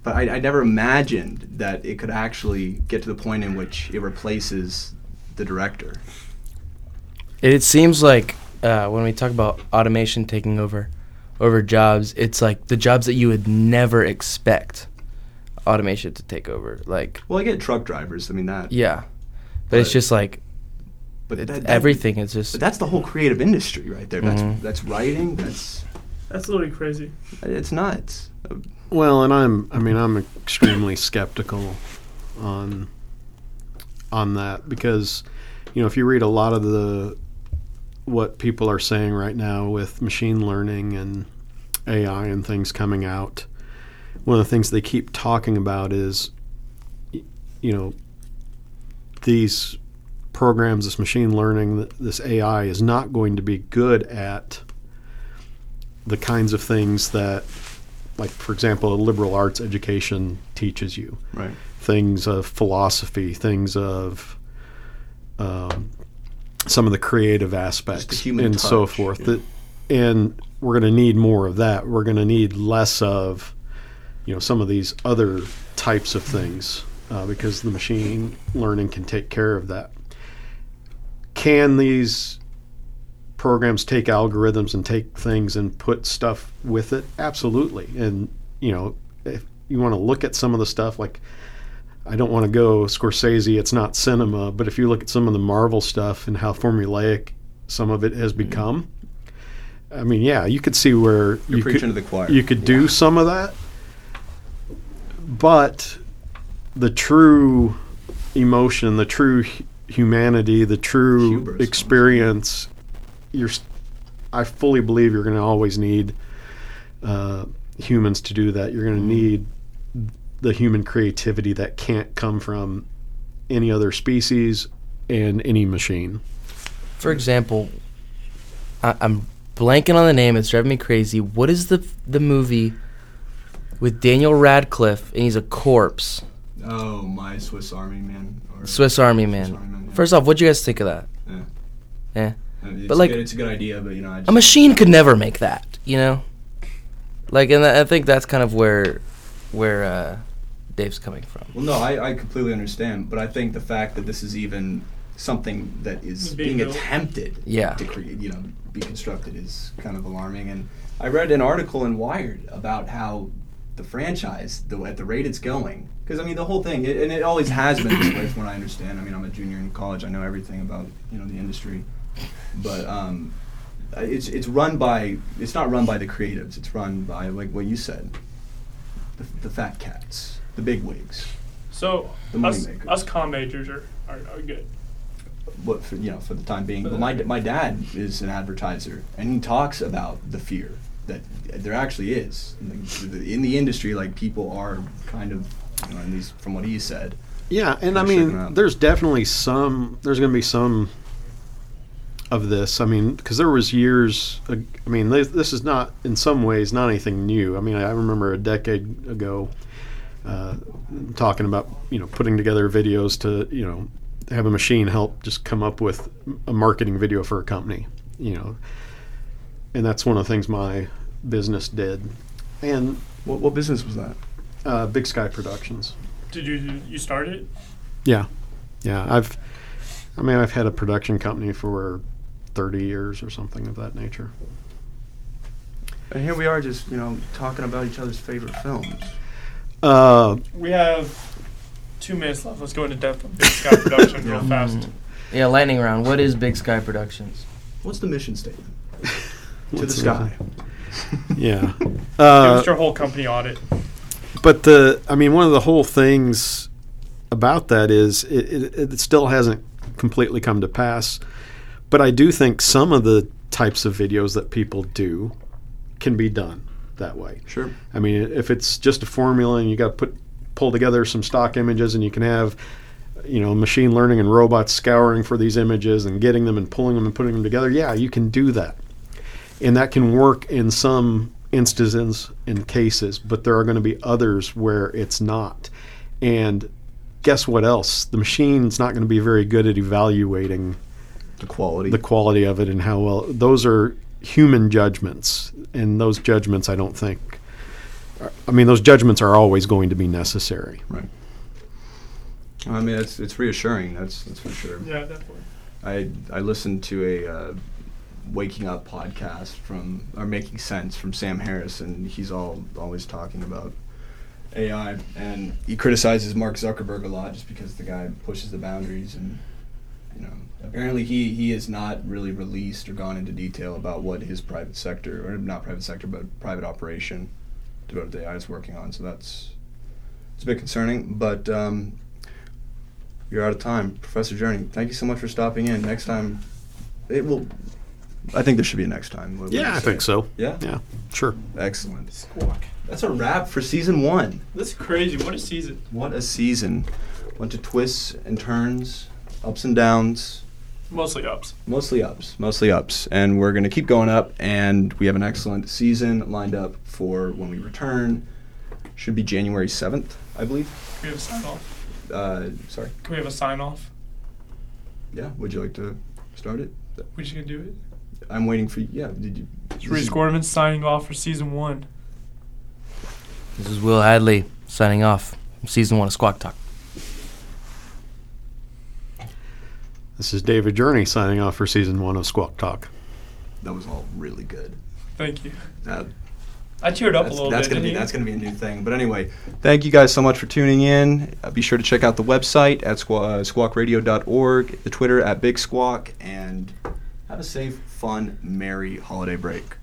[SPEAKER 1] But I, I never imagined that it could actually get to the point in which it replaces the director.
[SPEAKER 3] It, it seems like uh, when we talk about automation taking over over jobs, it's like the jobs that you would never expect automation to take over. Like,
[SPEAKER 1] Well, I get truck drivers. I mean that.
[SPEAKER 3] yeah, but, it's
[SPEAKER 1] But-
[SPEAKER 3] just like
[SPEAKER 1] But
[SPEAKER 3] it's
[SPEAKER 1] that, that-
[SPEAKER 3] everything is just
[SPEAKER 1] But that's the whole creative industry right there.
[SPEAKER 3] Mhm.
[SPEAKER 1] That's that's writing. That's
[SPEAKER 2] that's literally crazy.
[SPEAKER 1] it's nuts.
[SPEAKER 4] Well, and I'm I mean I'm extremely skeptical on on that because you know if you read a lot of the what people are saying right now with machine learning and AI and things coming out, one of the things they keep talking about is y- you know these programs, this machine learning, th- this AI is not going to be good at the kinds of things that like for example a liberal arts education teaches you
[SPEAKER 1] Right.
[SPEAKER 4] things of philosophy things of um, some of the creative aspects
[SPEAKER 1] human
[SPEAKER 4] and so
[SPEAKER 1] touch,
[SPEAKER 4] forth
[SPEAKER 1] yeah.
[SPEAKER 4] That- and we're going to need more of that we're going to need less of you know some of these other types of things uh, because the machine learning can take care of that can these programs take algorithms and take things and put stuff with it absolutely and you know if you want to look at some of the stuff like I don't want to go Scorsese. It's not cinema. But if you look at some of the Marvel stuff and how formulaic some of it has
[SPEAKER 1] Mm-hmm.
[SPEAKER 4] become, I mean, yeah, you could see where
[SPEAKER 1] You're
[SPEAKER 4] you
[SPEAKER 1] preaching
[SPEAKER 4] could,
[SPEAKER 1] to the choir.
[SPEAKER 4] you could do some of that, but the true emotion, the true hu- humanity, the true
[SPEAKER 1] Hubris.
[SPEAKER 4] experience, you're. s- I fully believe you're going to always need uh, humans to do that. You're going to need the human creativity that can't come from any other species and any machine.
[SPEAKER 3] For example, I, I'm blanking on the name. It's driving me crazy. What is the the movie with Daniel Radcliffe and he's a corpse?
[SPEAKER 1] Oh my Swiss Army Man. Or
[SPEAKER 3] Swiss Army Man.
[SPEAKER 1] Army Man, yeah.
[SPEAKER 3] First off, what'd you guys think of that?
[SPEAKER 1] I mean, it's
[SPEAKER 3] but like-
[SPEAKER 1] a good, it's a good idea, but you know, I just,
[SPEAKER 3] A machine could never make that, you know. Like, and I think that's kind of where where uh, Dave's coming from.
[SPEAKER 1] Well, no, I, I completely understand, but I think the fact that this is even something that is
[SPEAKER 2] Being
[SPEAKER 1] being,
[SPEAKER 2] built.
[SPEAKER 1] attempted
[SPEAKER 3] Yeah.
[SPEAKER 1] to create, you know, be constructed is kind of alarming. And I read an article in Wired about how the franchise, the, at the rate it's going, because I mean the whole thing, it, and it always has been this way, from what I understand. I mean, I'm a junior in college, I know everything about you know the industry, but um, uh, it's it's run by it's not run by the creatives. It's run by like what you said, the, the fat cats, the big wigs.
[SPEAKER 2] So
[SPEAKER 1] The money
[SPEAKER 2] us,
[SPEAKER 1] maker.
[SPEAKER 2] us com majors are, are, are good.
[SPEAKER 1] but for, you know, for the time being.
[SPEAKER 2] For
[SPEAKER 1] But
[SPEAKER 2] the
[SPEAKER 1] my
[SPEAKER 2] time being.
[SPEAKER 1] my dad is an advertiser, and he talks about the fear that there actually is in the, in the industry. Like people are kind of, you know, at least from what he said,
[SPEAKER 4] Yeah, and I
[SPEAKER 1] Kinda shaken
[SPEAKER 4] mean,
[SPEAKER 1] up.
[SPEAKER 4] there's definitely some. There's going to be some of this. I mean, because there was years. ag- I mean, this, this is not in some ways not anything new. I mean, I remember a decade ago uh, talking about you know putting together videos to you know have a machine help just come up with a marketing video for a company. You know, and that's one of the things my business did, and
[SPEAKER 1] what what business was that?
[SPEAKER 4] uh, Big Sky Productions.
[SPEAKER 2] Did you you start it?
[SPEAKER 4] Yeah, yeah. I've, I mean, I've had a production company for thirty years or something of that nature.
[SPEAKER 1] And here we are, just you know, talking about each other's favorite films.
[SPEAKER 4] Uh,
[SPEAKER 2] We have two minutes left. Let's go into depth on Big Sky production real
[SPEAKER 1] Yeah.
[SPEAKER 2] fast.
[SPEAKER 3] Yeah, lightning round. What is Big Sky Productions?
[SPEAKER 1] What's the mission statement? to the
[SPEAKER 4] what's
[SPEAKER 1] sky.
[SPEAKER 4] that? Yeah.
[SPEAKER 2] Give
[SPEAKER 4] Uh,
[SPEAKER 2] us your whole company audit.
[SPEAKER 4] but the, I mean, one of the whole things about that is it, it, it still hasn't completely come to pass. But I do think some of the types of videos that people do can be done that way.
[SPEAKER 1] Sure.
[SPEAKER 4] I mean, if it's just a formula and you got to put pull together some stock images and you can have you know machine learning and robots scouring for these images and getting them and pulling them and putting them together, yeah, you can do that. And that can work in some instances and cases, but there are going to be others where it's not. And guess what else? The machine's not going to be very good at evaluating
[SPEAKER 1] The quality.
[SPEAKER 4] the quality of it and how well those are human judgments and those judgments i don't think are- i mean those judgments are always going to be necessary
[SPEAKER 1] I mean, it's it's reassuring. That's that's for sure.
[SPEAKER 2] Yeah, definitely.
[SPEAKER 1] I I listened to a uh, waking up podcast from or making sense from Sam Harris, and he's all always talking about AI, and he criticizes Mark Zuckerberg a lot just because the guy pushes the boundaries, and you know apparently he he has not really released or gone into detail about what his private sector or not private sector but private operation devoted to AI is working on. So that's it's a bit concerning, but. Um, you're out of time, Professor Journey. Thank you so much for stopping in. Next time, it will. I think there should be a next time. What- what do you say?
[SPEAKER 4] so
[SPEAKER 1] Yeah,
[SPEAKER 4] yeah sure
[SPEAKER 1] excellent.
[SPEAKER 2] Squawk.
[SPEAKER 1] That's a wrap for season one.
[SPEAKER 2] That's crazy. What a season.
[SPEAKER 1] What a season! Bunch of twists and turns, ups and downs,
[SPEAKER 2] Mostly ups.
[SPEAKER 1] mostly ups, mostly ups, and we're gonna keep going up. And we have an excellent season lined up for when we return. Should be January seventh, I believe.
[SPEAKER 2] Can we have a sign off?
[SPEAKER 1] Uh, sorry.
[SPEAKER 2] Can we have a sign off?
[SPEAKER 1] Yeah. Would you like to start it?
[SPEAKER 2] We just gonna do it?
[SPEAKER 1] I'm waiting for you. Yeah. Did you?
[SPEAKER 2] It's
[SPEAKER 1] this
[SPEAKER 2] Reese
[SPEAKER 1] is-
[SPEAKER 2] Gorman signing off for season one.
[SPEAKER 3] This is Will Hadley signing off. from Season one of Squawk Talk.
[SPEAKER 4] this is david journey signing off for season one of squawk talk
[SPEAKER 1] That was all really good.
[SPEAKER 2] Thank you.
[SPEAKER 1] That
[SPEAKER 5] I cheered up a
[SPEAKER 1] That's,
[SPEAKER 5] little
[SPEAKER 1] that's
[SPEAKER 5] bit.
[SPEAKER 1] gonna be
[SPEAKER 5] didn't
[SPEAKER 1] that's gonna be a new thing. But anyway, thank you guys so much for tuning in. Uh, be sure to check out the website at squa- uh, squawkradio.org, the Twitter at Big Squawk, and have a safe, fun, merry holiday break.